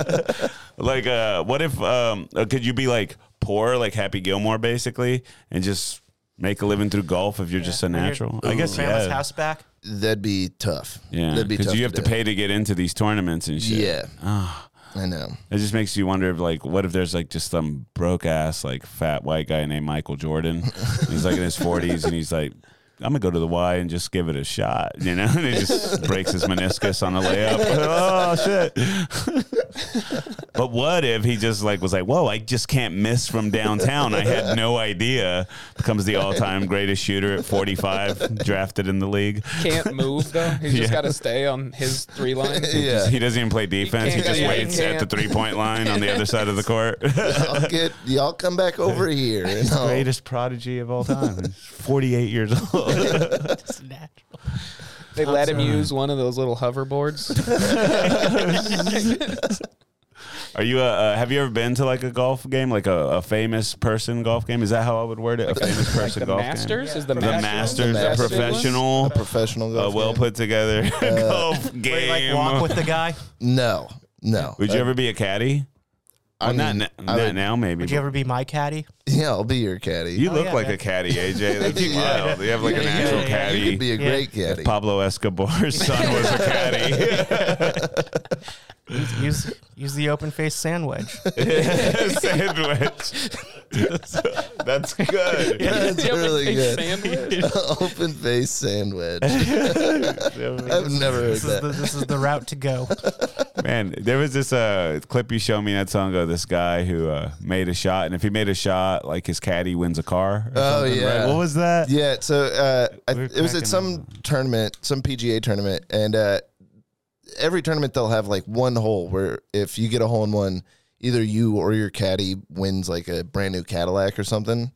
A: like, uh, what if? Um, uh, could you be like poor, like Happy Gilmore, basically, and just make a living through golf if you're just a natural? I guess
B: Grandma's
A: yeah.
B: house back.
D: that'd be tough.
A: Yeah,
D: that'd be
A: because
D: tough.
A: you have to
D: do.
A: pay to get into these tournaments and shit. Ah.
D: Yeah, I know.
A: It just makes you wonder, if, like, what if there's like just some broke ass, like, fat white guy named Michael Jordan? And he's like in his 40s, and he's like, I'm gonna go to the Y and just give it a shot, you know? And he just breaks his meniscus on a layup. oh shit! but what if he just like was like, "Whoa, I just can't miss from downtown. I had no idea." Becomes the all-time greatest shooter at 45, drafted in the league.
C: Can't move though. He's
A: Yeah.
C: just got to stay on his three line.
D: Yeah,
A: He doesn't even play defense. He,
C: can't-
A: just
C: yeah, he
A: waits at the
C: can't.
A: three-point line on the other side of the court.
D: I'll get y'all come back over here. And I'll-
A: greatest prodigy of all time. He's 48 years old.
B: It's natural.
C: They let him use one of those little hoverboards.
A: Are you? Uh, uh, have you ever been to like a golf game, like a, a famous person golf game? Is that how I would word it? A famous person
C: The
A: golf game.
C: Masters is the,
A: The
C: Masters.
A: Masters,
D: The
A: a
D: Masters.
A: professional,
D: a professional
A: a
D: golf.
A: well
D: game?
A: put together golf game.
B: Where you, like walk with the guy.
D: No, no.
A: would you ever be a caddy?
D: I
A: Well, not
D: mean,
A: n- not
D: I would-
A: now, maybe.
B: Would you ever be my caddy?
D: Yeah, I'll be your caddy.
A: You look
B: yeah,
A: like
B: man.
A: a caddy, AJ. That'd be
D: Yeah.
A: wild. You have like an
D: Yeah,
A: actual
B: yeah, yeah.
A: caddy.
D: You could be a
B: Yeah.
D: great caddy.
A: Pablo Escobar's son was a caddy.
B: Use use, use the open face sandwich.
A: Sandwich. That's good.
D: That's really good.
C: Sandwich.
D: Open face sandwich. I've never heard
B: This is the,
D: that.
B: this is the route to go.
A: Man, there was this uh, clip you showed me not so long ago. This guy who uh, made a shot, and if he made a shot, like his caddy wins a car. or
D: Oh,
A: something,
D: yeah.
A: right? what was that?
D: Yeah, so uh, I,
A: We're
D: it was
A: cracking
D: at some tournament, some PGA tournament, and uh, every tournament they'll have like one hole where if you get a hole in one, either you or your caddy wins like a brand new Cadillac or something.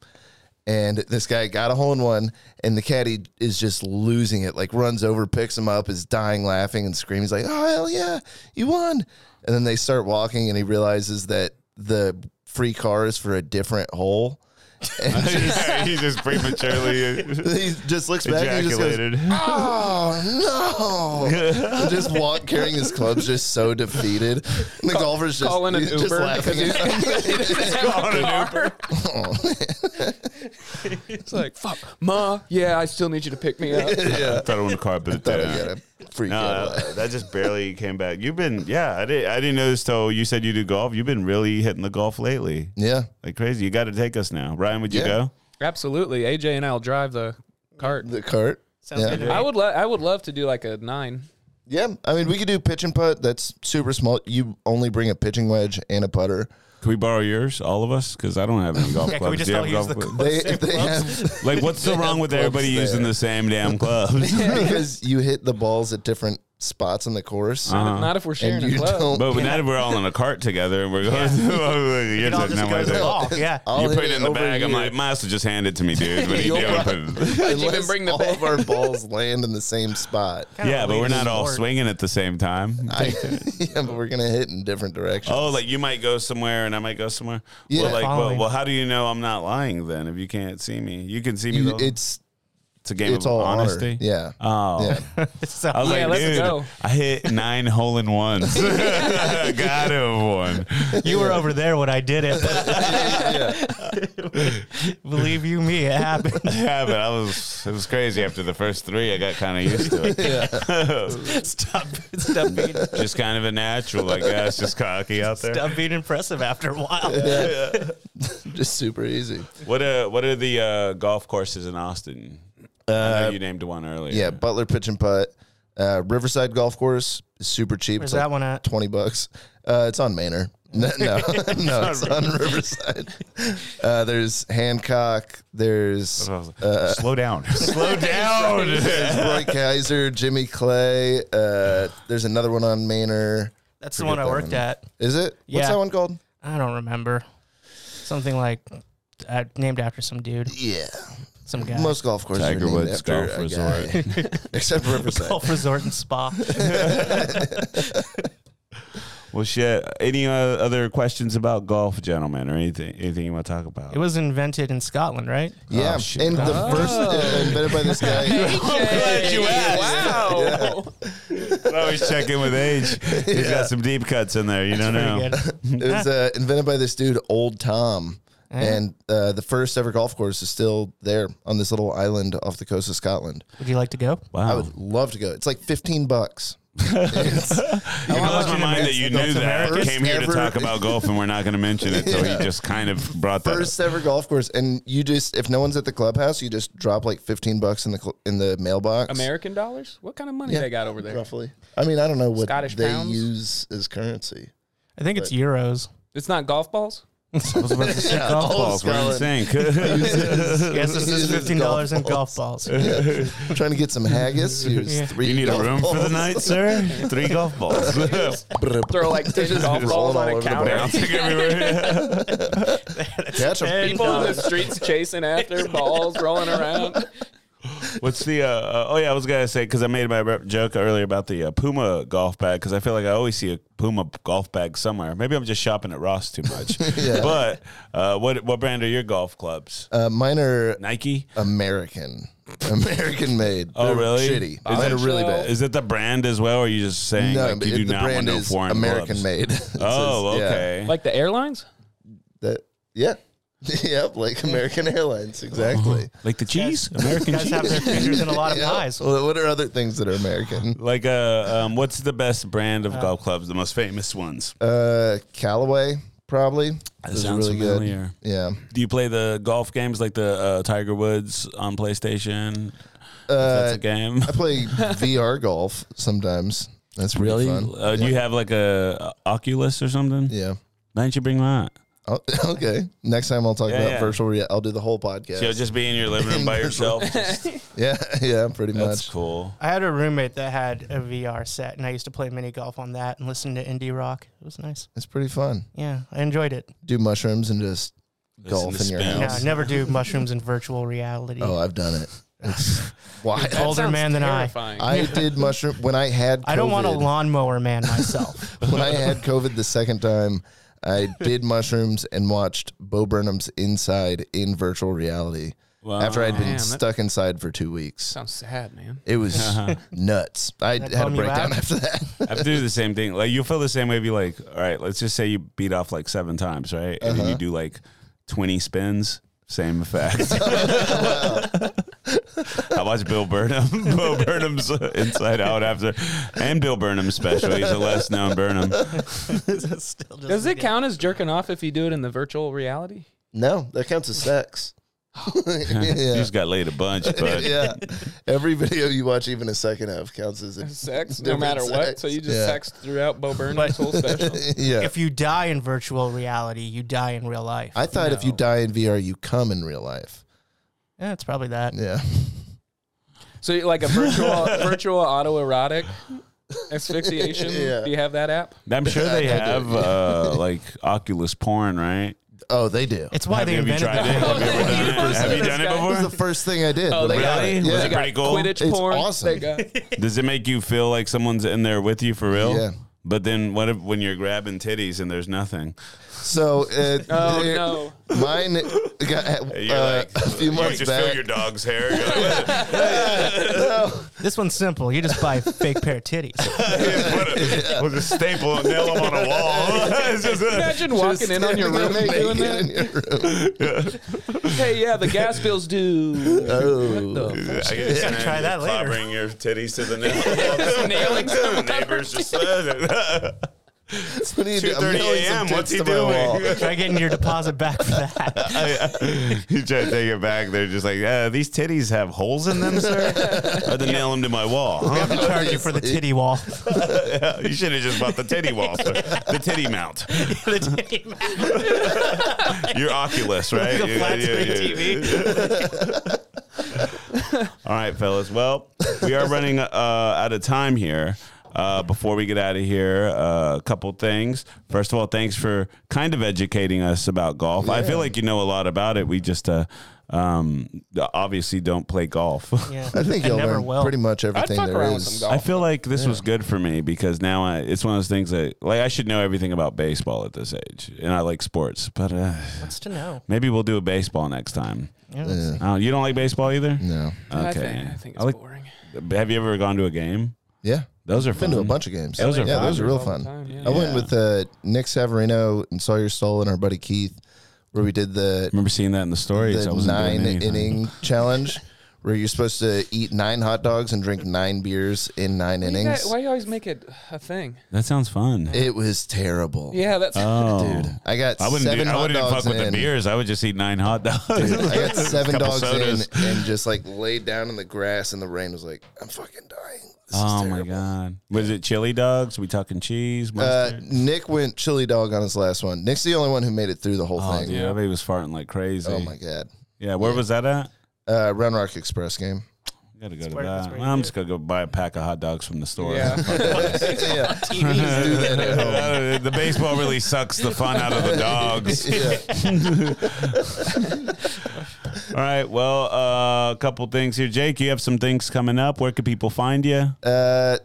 D: And this guy got a hole in one, and the caddy is just losing it. Like runs over, picks him up, is dying laughing and screaming. He's like, "Oh hell yeah, you won!" And then they start walking, and he realizes that the free car is for a different hole. And
A: Yeah, he just prematurely
D: he just looks back and he just goes,
A: ejaculated.
D: Oh no! And just walk carrying his clubs, just so defeated. And the golfer's just
C: calling an
D: he's just
C: Uber
D: laughing.
C: because
A: Calling an
C: It's like fuck, ma. Yeah, I still need you to pick me up.
A: I thought I won the car, but
D: Thought I
A: uh,
D: got a free
A: no,
D: Cadillac.
A: that just barely came back. You've been, yeah, I didn't, I didn't know this till you said you do golf. You've been really hitting the golf lately,
D: Yeah,
A: like crazy. You got to take us now, Ryan. Would you
D: Yeah.
A: go?
C: Absolutely, AJ and I'll drive the cart.
D: the cart.
B: Sounds
D: Yeah.
B: good to me.
C: I would love. I would love to do like a nine.
D: Yeah, I mean we could do pitch and putt. That's super small. You only bring a pitching wedge and a putter.
A: Can we borrow yours, all of us? Because I don't have any golf
B: Yeah, can
A: clubs.
B: we just
A: Do you
B: all
A: have
B: use
A: golf
B: the
A: clubs?
D: They,
B: Same
D: they
B: clubs.
D: have
A: Like, what's the wrong with everybody
D: clubs
A: using
D: there.
A: the same damn clubs?
D: because you hit the balls at different spots on the course,
A: Uh-huh.
C: Not if we're Ah. sharing
D: and you
C: a club.
D: don't.
A: But now that we're all in a cart together and we're going, you're
B: It all
A: taking that
B: just goes
A: way.
B: along. Yeah.
D: I'll
A: you
D: hit
A: put it in the
D: over
A: bag. I'm
D: here.
A: like, might as well just hand it to me, dude. What are you
D: You'll
A: doing? Put it-
C: Did you even
D: Unless
C: bring the
D: all
C: bag?
D: of our balls land in the same spot.
B: Kinda
A: yeah, but
B: leaves
A: we're not
B: the
A: all
B: sport.
A: swinging at the same time.
D: I, yeah, but we're gonna hit in different directions.
A: Oh, like you might go somewhere and I might go somewhere.
D: Yeah.
A: well, like, well,
B: Following.
A: well, how do you know I'm not lying then if you can't see me? You can see me.
D: You-
A: though.
D: it's
A: It's a game
D: it's
A: of
D: all honor.
A: honesty.
D: Yeah.
A: Oh.
D: Yeah.
B: So,
A: I was
C: Yeah,
A: like,
C: let's
A: dude,
C: go.
A: I hit nine hole in ones. Got him one.
B: you were over there when I did it. Believe you me, it happened.
A: Yeah, but I was it was crazy after the first three. I got kind of used to it.
B: stop, stop being,
A: Just kind of a natural, I guess. Just cocky out there.
B: stop being impressive after a while.
D: Just super easy.
A: What uh what are the uh, golf courses in Austin? I know you named one earlier.
D: Uh, Yeah. Butler pitch and putt. Uh, Riverside Golf Course is super cheap.
B: Where's
D: It's like
B: that one at?
D: 20 bucks. Uh, it's on Manor. No, no, no it's on Riverside. Uh, there's Hancock. There's
A: I was like,
D: Uh,
A: slow down. slow down.
D: Roy Kaiser, Jimmy Clay. Uh, there's another one on Manor.
B: That's the one I
D: that
B: worked
D: one.
B: at.
D: Is it? What's
B: Yeah.
D: that one called?
B: I don't remember. Something like uh, named after some dude,
D: Yeah.
B: some guy.
D: Most golf courses
A: Tiger
D: are named
A: Woods
D: after
A: Golf
D: a guy. except Riverside.
B: golf resort and spa.
A: well, shit. Any uh, other questions about golf, gentlemen, or anything? Anything you want to talk about?
B: It was invented in Scotland, right?
D: Yeah,
A: Oh, shit.
D: and the first uh, invented by this guy.
A: glad you asked.
C: Wow.
A: I always check in with age. He's got some deep cuts in there. You don't know.
B: Pretty good.
D: It was uh, invented by this dude, Old Tom.
B: Yeah.
D: And uh, the first ever golf course is still there on this little island off the coast of Scotland.
B: Would you like to go?
A: Wow.
D: I would love to go. It's like 15 bucks. It's-
A: It blows my mind that you knew that.
D: American.
A: Came here to
D: First
A: talk
D: ever-
A: about golf, and we're not going to mention it. So he just kind of brought that.
D: first ever golf course, and you just if no one's at the clubhouse, you just drop like fifteen bucks in the cl- in the mailbox.
C: American dollars? What kind of money
D: Yeah.
C: they got over there?
D: roughly. I mean, I don't know what
C: Scottish
D: they
C: pounds?
D: use as currency.
B: I think it's euros.
C: It's not golf balls.
A: I was about to say golf
D: all
A: balls. We're in sync.
B: Yes, this is
D: Golf
B: fifteen dollars in
D: balls.
B: golf balls.
D: Trying to get some haggis. Here's
B: Yeah.
D: three.
A: You need a
D: golf
A: room for the
D: balls.
A: night, sir? Three golf balls.
C: Throw like 10 golf
D: Just
C: balls
D: all
C: on a
D: over the
C: counter.
A: Bouncing everywhere.
D: Catch 'em. Uh,
B: Ten
C: People in the
B: dollars.
C: streets chasing after balls rolling around.
A: What's the? Uh, uh, oh yeah, I was gonna say because I made my rep- joke earlier about the uh, Puma golf bag because I feel like I always see a Puma golf bag somewhere. Maybe I'm just shopping at Ross too much. But uh, what what brand are your golf clubs?
D: Uh, mine are
A: Nike.
D: American, American made.
A: Oh
D: They're
A: really?
D: Shitty.
A: Is
D: Mine
A: that
D: are really bad.
A: Is it the brand as well? Or are you just saying
D: No,
A: like,
D: but
A: you
D: it-
A: do
D: the
A: not want
D: brand
A: no
D: is
A: foreign
D: American
A: gloves?
D: made. It
A: Oh,
D: says, yeah.
A: okay.
C: Like the airlines?
D: That yeah. Yep, like American Airlines, exactly.
A: Like the cheese, American
B: Guys
A: cheese.
B: have their fingers in a lot of
D: Yeah.
B: pies.
D: Well, what are other things that are American?
A: Like uh, um, what's the best brand of golf clubs? The most famous ones.
D: Uh, Callaway, probably. Those are
A: sounds familiar.
D: good. Yeah.
A: Do you play the golf games like the uh, Tiger Woods on PlayStation?
D: Uh,
A: That's a game.
D: I play VR golf sometimes. That's pretty fun.
A: Uh, Do you have like a, a Oculus or something?
D: Yeah.
A: Why don't you bring that?
D: Oh, okay. Next time I'll talk
A: Yeah,
D: about
A: yeah.
D: virtual reality. I'll do the whole podcast.
A: So you'll just be in your living room by yourself. Just-
D: yeah, yeah, pretty
A: that's
D: much.
A: cool.
B: I had a roommate that had a VR set, and I used to play mini golf on that and listen to indie rock. It was nice.
D: It's pretty fun.
B: Yeah, I enjoyed it.
D: Do mushrooms and just golf
A: to
D: in your
A: spin.
B: Yeah,
D: house.
B: I never do mushrooms in virtual reality.
D: Oh, I've done it. It's wild.
B: That Older sounds man than I.
C: I.
D: I did mushroom when I had. COVID,
B: I don't want a lawnmower man myself.
D: when I had COVID the second time, I did mushrooms and watched Bo Burnham's Inside in virtual reality
A: Wow.
D: after I'd been
C: Damn, that-
D: stuck inside for two weeks.
C: Sounds sad, man.
D: It was nuts. I
B: That
D: had a
B: bum you
D: breakdown
B: out?
D: after that.
A: I have to do the same thing. Like you'll feel the same way. Be like, all right, let's just say you beat off like seven times, right? And then you do like twenty spins. Same effect. I watched Bill Burnham, Bill Burnham's uh, Inside Out after, and Bill Burnham's special. He's a less known Burnham.
B: Still just
C: Does it
B: indie.
C: count as jerking off if you do it in the virtual reality?
D: No, that counts as sex.
A: He
D: yeah.
A: just got laid a bunch, but
D: yeah. Every video you watch, even a second of, counts as a
C: Sex, no
D: Different
C: matter what.
D: sex.
C: So you just
D: Yeah.
C: sex throughout Bo Burnham's whole special.
D: yeah.
B: If you die in virtual reality, you die in real life.
D: I thought if you
C: No.
D: die in VR, you come in real life.
B: yeah, it's probably that.
D: Yeah.
C: So you- like a virtual virtual autoerotic asphyxiation.
D: Yeah.
C: Do you have that app?
A: I'm sure they have uh, like Oculus porn, right?
D: Oh, they do.
B: It's why
A: have
B: they
A: you, have you
B: invented
A: tried it?
B: that.
A: Have you ever done it? Have you
C: 100%.
A: done
C: This guy-
D: It was
A: it
D: the first thing I did. when I
C: they
D: got
A: Oh, really?
D: it.
A: Was
D: Yeah.
A: it
C: They got
A: pretty cool?
C: Quidditch
D: It's
C: porn.
D: awesome.
C: They got
A: before? Does it make you feel like someone's in there with you for real?
D: Yeah.
A: But then what if when you're grabbing titties and there's nothing?
D: So uh,
C: Oh
D: there-
C: no.
D: mine got uh,
A: You're like
D: a few months
A: you just feel
D: back.
A: your dog's hair. You're like, "What
B: This one's simple. You just buy a fake pair of titties.
A: the- what a- we'll just staple and nail them on a wall. It's just a-
C: Imagine walking in on your roommate doing that. Hey, yeah, the gas bill's due.
D: Oh,
A: I guess
B: Gotta try that later.
A: Bring your titties to the nail.
C: Nailing someone.
A: Neighbors just uh,
D: what do you do?
A: 2:30
D: nailing some
A: a.m. What's
D: tits
A: he
D: to my wall.
A: doing?
B: Try getting your deposit back for that.
A: you try to take it back. They're just like, uh, these titties have holes in them, sir. I to nail them to my wall.
B: We
A: huh?"
B: have to charge you for the titty wall.
A: you should have just bought the titty wall, sir. The titty mount.
B: the titty mount.
A: Your Oculus, right?
B: Like a flat screen
A: yeah. All right, fellas. Well, we are running uh, out of time here. Uh, before we get out of here, uh, a couple things. First of all, thanks for kind of educating us about golf. I feel like you know a lot about it. We just uh, um, obviously don't play golf.
B: Yeah.
D: I think you'll
B: never
D: learn
B: will.
D: pretty much
C: I'd
D: everything
C: fuck
D: there
C: around with some
D: is.
C: golf.
A: I feel like this was good for me because now I, it's one of those things that like I should know everything about baseball at this age, and I like sports. But uh,
B: What's to know?
A: maybe we'll do a baseball next time.
B: Yeah.
A: Oh, you don't like baseball either?
D: No.
A: Okay.
C: I think, I think it's
A: like-
C: boring.
A: Have you ever gone to a game?
D: Yeah.
A: Those are
D: I've been
A: fun.
D: to a bunch of games.
A: Those are
D: yeah,
A: fun.
D: Mm-hmm. those are real
C: All the
D: fun.
C: time, yeah.
D: I went with uh, Nick Savarino and Sawyer Stoll and our buddy Keith, where we did the
A: remember seeing that in the stories. I
D: the
A: wasn't doing
D: nine
A: anything.
D: inning challenge where you're supposed to eat nine hot dogs and drink nine beers in nine
C: Why you
D: innings.
C: guys- why you always make it a thing?
A: That sounds fun.
D: It was terrible.
C: Yeah, that's
A: oh.
D: Dude, I got
A: I wouldn't.
D: seven
A: Do, I
D: hot
A: wouldn't even
D: dogs
A: fuck with the
D: in.
A: beers. I would just eat nine hot dogs.
D: I got seven
A: Couple
D: dogs
A: sodas.
D: in and just like laid down in the grass and the rain was like, I'm fucking dying. This
A: oh
D: is
A: my
D: terrible.
A: god! Was it chili dogs? We talking cheese?
D: Uh,
A: mustard?
D: Nick went chili dog on his last one. Nick's the only one who made it through the whole
A: oh,
D: thing.
A: dude, I bet he was farting like crazy.
D: Oh my god.
A: Yeah, where was that at?
D: Uh, Round Rock Express game.
A: Gotta go to
B: where- that's
A: that.
B: where you
A: I'm
B: do
A: just gonna go buy a pack of hot dogs from the store.
C: Yeah.
D: yeah.
A: the baseball really sucks the fun out of the dogs.
D: yeah.
A: All right. Well, uh, a couple things here. Jake, you have some things coming up. Where can people find you?
D: Uh,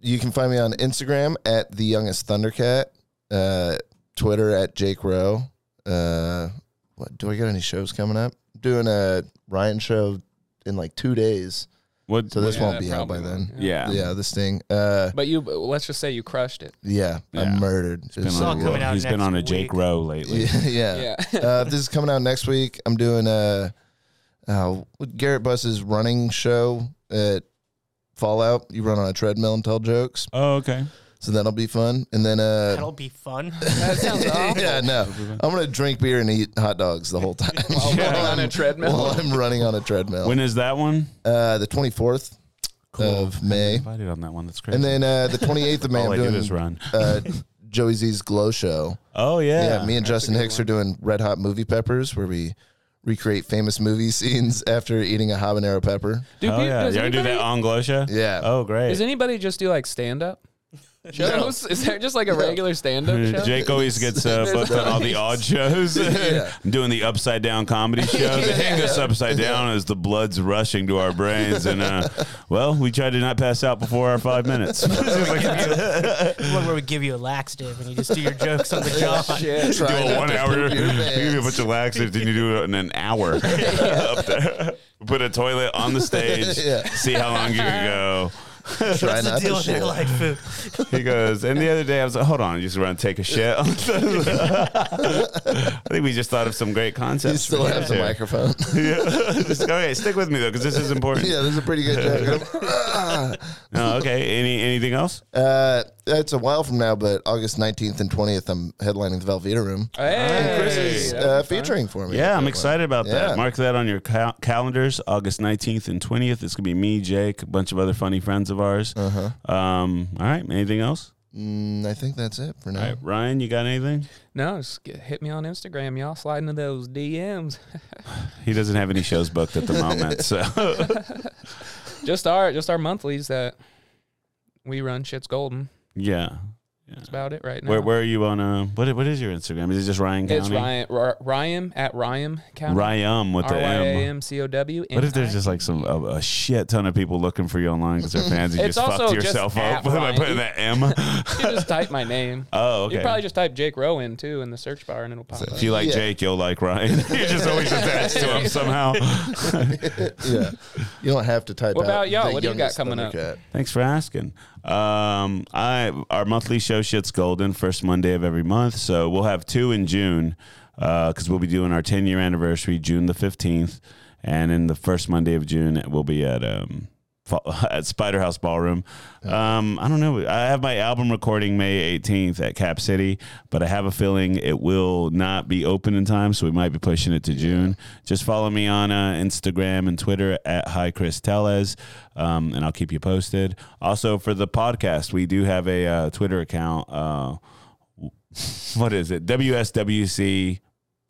D: you can find me on Instagram at the youngest Thundercat, uh, Twitter at Jake Rowe. Uh, what do I got any shows coming up? Doing a Ryan show in like two days,
A: What?
D: so this
C: Yeah,
D: won't be out by
C: probably
D: then.
C: won't.
A: yeah.
D: Yeah, this thing. Uh,
C: But you, let's just say you crushed it.
D: yeah,
A: Yeah.
D: I'm murdered. It's
A: Been
B: It's
A: on a
B: all
D: like,
B: coming
A: roll.
B: out
A: He's been
B: next
A: on a Jake
B: week.
A: Row lately.
D: yeah. yeah.
C: Yeah.
D: uh, if this is coming out next week, I'm doing a uh, Garrett Buss's running show at Fallout. You run on a treadmill and tell jokes,
A: Oh, okay.
D: so that'll be fun. And then uh,
B: That'll be fun.
C: That sounds awful.
D: yeah, no. I'm gonna drink beer and eat hot dogs the whole time
C: While
A: Yeah.
C: running on a treadmill.
D: while I'm running on a treadmill.
A: When is that one?
D: Uh, the 24th of May,
A: Invited on that one. That's crazy.
D: and then uh, the 28th of May,
A: all
D: I'm
A: I do is
D: doing
A: run.
D: uh, Joey Z's Glow Show.
A: Oh yeah.
D: Yeah, me and Justin
C: good
D: Hicks
C: one.
D: are doing Red Hot Movie Peppers, where we recreate famous movie scenes after eating a habanero pepper.
C: Do
A: Oh
C: pe-
A: yeah.
C: does
A: You ever do
C: anybody-
A: that on Glosha?
D: Yeah.
A: Oh great.
C: Does anybody just do like stand up? Shows? Is there just like a regular stand up show?
A: Jake always gets uh, booked on all the odd shows. I'm doing the upside down comedy show. They hang us upside down as the blood's rushing to our brains, and uh, well, we try to not pass out before our five minutes.
B: The one where we give you a laxative and you just do your jokes on the job.
C: Shit.
A: do
D: Trying
A: a
D: not
A: one
D: to
A: hour.
D: poop
A: You
D: your
A: give you a
D: pants.
A: bunch of laxatives, and you do it in an hour up there. Put a toilet on the stage.
D: Yeah.
A: See how long you can go.
D: Try
B: What's
D: not
B: the deal
D: to
B: with their
D: shit.
B: light food?
A: He goes, and the other day I was like, hold on, you just run take a shit. I think we just thought of some great concepts.
D: You still
A: for
D: have
A: this
D: the
A: here.
D: microphone.
A: yeah. Just- okay, stick with me though, because this is important.
D: yeah, this is a pretty good joke.
A: No, okay. Any anything else?
D: Uh, it's a while from now, but August 19th and 20th, I'm headlining the Velveeta Room.
C: Hey.
A: Chris
D: It's,
A: is,
C: that'd be
D: uh,
C: fun.
D: featuring for me.
A: Yeah, I'm excited about
D: Yeah.
A: that. Mark that on your cal- calendars, August 19th and 20th. It's gonna be me, Jake, a bunch of other funny friends of ours. Uh-huh. Um, all right. Anything else?
D: Mm, I think that's it for now.
A: All right, Ryan, you got anything?
C: No, just get, hit me on Instagram, y'all. Slide into those DMs.
A: He doesn't have any shows booked at the moment, so
C: just our just our monthlies that we run. Shit's golden.
A: yeah.
C: That's about it right now.
A: Where where are you on? Uh, what what is your Instagram? Is it just Ryan County?
C: It's Ryan R- Ryan at Ryan County.
A: Ryum with the M.
C: R-Y-A-M-C-O-W.
A: What if there's just like some a, a shit ton of people looking for you online because they're fans? You
C: It's
A: just fucked
C: also just
A: yourself
C: at
A: up by
C: Ryan.
A: putting that M.
C: You can just type my name.
A: oh, okay.
C: You probably just type Jake Rowan too in the search bar and it'll pop up.
A: if you like
D: Yeah.
A: Jake, you'll like Ryan. You're just always attached to him somehow.
D: yeah. You don't have to type
C: What
D: out
C: about y'all?
D: the
C: What do you got
D: youngest
C: coming up?
D: Thundercat.
A: Thanks for asking. Um, I our monthly show shit's golden. First Monday of every month, so we'll have two in June because we'll be doing our 10 year anniversary June the 15th, and in the first Monday of June we'll be at um fa- at Spider House Ballroom. Um, I don't know. I have my album recording May 18th at Cap City, but I have a feeling it will not be open in time, so we might be pushing it to June. Just follow me on uh, Instagram and Twitter at Hi Chris Tellez, um, and I'll keep you posted. Also, for the podcast, we do have a uh, Twitter account. Uh, what is it? WSWC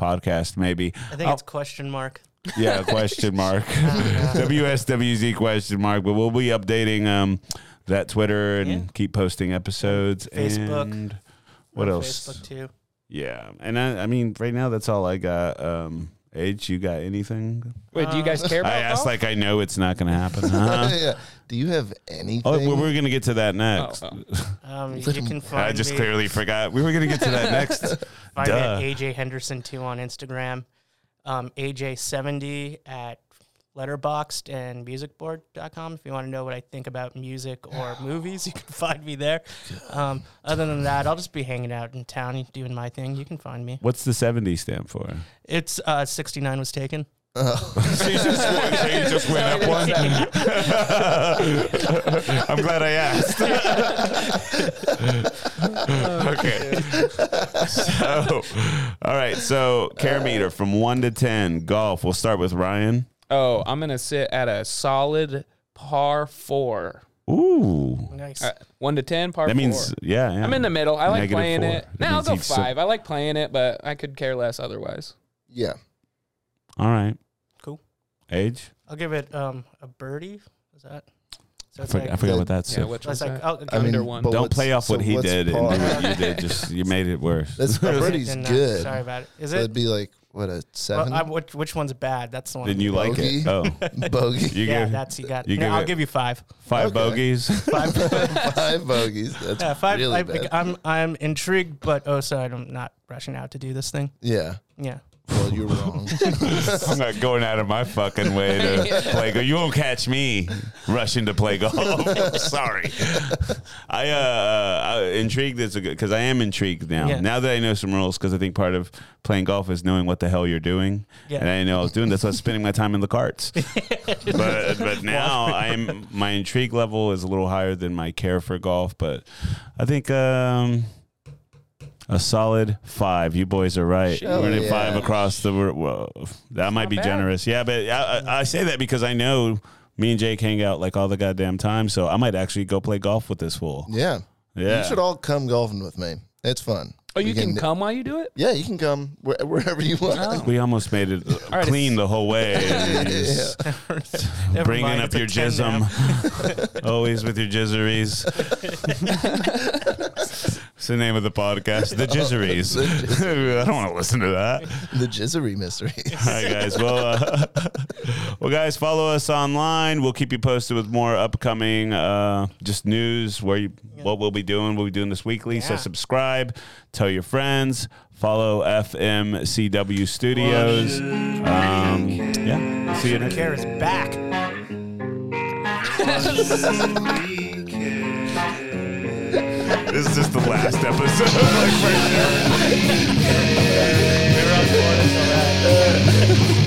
A: podcast, maybe.
B: I think it's question mark.
A: Yeah, question mark.
B: Oh,
A: WSWZ question mark. But we'll be updating um, that Twitter and
B: Yeah.
A: keep posting episodes.
B: Facebook.
A: And what
B: on
A: else?
B: Facebook too.
A: Yeah. And I, I mean, right now, that's all I got. Um, H, you got anything?
C: Wait, do you guys care about
A: I asked
C: golf?
A: like I know it's not going to happen. Huh?
D: yeah. Do you have anything?
A: Uh-huh. Oh, well, we're going to get to that next.
C: Oh,
B: Um, you can find
A: I just
B: me,
A: clearly forgot. We were going to get to that next.
B: find me
A: Duh.
B: at AJ Henderson too on Instagram, um, AJ70 at Letterboxed and musicboard.com. If you want to know what I think about music or movies, you can find me there. Um, other than that, I'll just be hanging out in town doing my thing. You can find me.
A: What's the 70 stand for?
B: It's uh, 69 was taken.
A: she just went, she just went up one. I'm glad I asked. okay. So, all right. So, care meter from one to ten. Golf. We'll start with Ryan.
C: oh, I'm gonna sit at a solid par four.
A: Ooh,
B: Nice.
C: Uh, one to ten, par
A: that
C: four.
A: means yeah. yeah.
C: I'm in the middle. I like
A: Negative
C: playing
A: four.
C: it.
A: That
C: Now I'll
A: means
C: go
A: he's so-
C: five. I like playing it, but I could care less otherwise.
D: yeah.
A: All right.
B: Cool.
A: Age.
B: I'll give it um, a birdie. Is that? So
A: I
B: it's
A: forgot, I
B: like,
A: forgot what that's.
C: Yeah, which
B: it's
C: was
B: like uh, oh,
C: that?
B: I'll, give
D: I
B: it
D: mean,
C: Under one.
D: but
A: Don't
D: what's-
A: play off what
D: so
A: he
D: what's
A: did
D: par?
A: and do what you did. Just you made it worse.
D: That's
B: I
D: pretty's
B: didn't know.
D: good.
B: uh, Sorry about it. Is
D: So it'd
B: it?
D: be like what a seven
B: Well, I, which, which one's bad? That's the one.
A: Did you like it? Oh,
D: bogey,
A: you
B: yeah,
A: give
B: that's you got.
A: you
B: no,
A: give
B: I'll
A: it-
B: give you five.
A: five
D: Okay.
A: bogeys.
D: five bogeys. That's
B: Yeah, five.
D: really
B: I,
D: bad.
B: I'm I'm intrigued, but oh, so I'm not rushing out to do this thing.
D: yeah.
B: Yeah.
D: Well, you're wrong.
A: I'm not going out of my fucking way to play golf. You won't catch me rushing to play golf. Sorry. I, uh, uh, intrigued is a good because I am intrigued now.
B: Yeah.
A: Now that I know some rules, because I think part of playing golf is knowing what the hell you're doing.
B: Yeah.
A: And I didn't know I was doing. That's why I was spending my time in the carts. but but now I'm my intrigue level is a little higher than my care for golf. But I think. um a solid five. You boys are right.
B: Oh,
C: Shit.
A: We're at
D: Yeah.
A: five across the. Whoa, that might be
C: bad.
A: generous. Yeah, but I, I- I say that because I know me and Jake hang out like all the goddamn time. So I might actually go play golf with this fool.
D: yeah.
A: Yeah.
D: You should all come golfing with me. It's fun.
C: Oh, you
D: We
C: can come while you do it.
D: Yeah, you can come where, wherever you want.
A: We almost made it uh,
C: right,
A: clean the whole way. Just
B: Never
A: Bringing
B: mind,
A: up
B: it's a
A: your
B: 10 now.
A: jism, always with your jizzeries. it's the name of the podcast, the jizzeries. I don't want to listen to that.
D: The Jizzery Mystery.
A: All right, guys. Well, uh, well, guys, follow us online. We'll keep you posted with more upcoming uh, just news. Where you, what we'll be doing? We'll be doing this weekly. So
B: Yeah.
A: subscribe, tell your friends, follow FMCW Studios. Um, yeah, see you next.
B: Care is back.
A: This is just the last episode. like, for sure. They're on board, it's all right.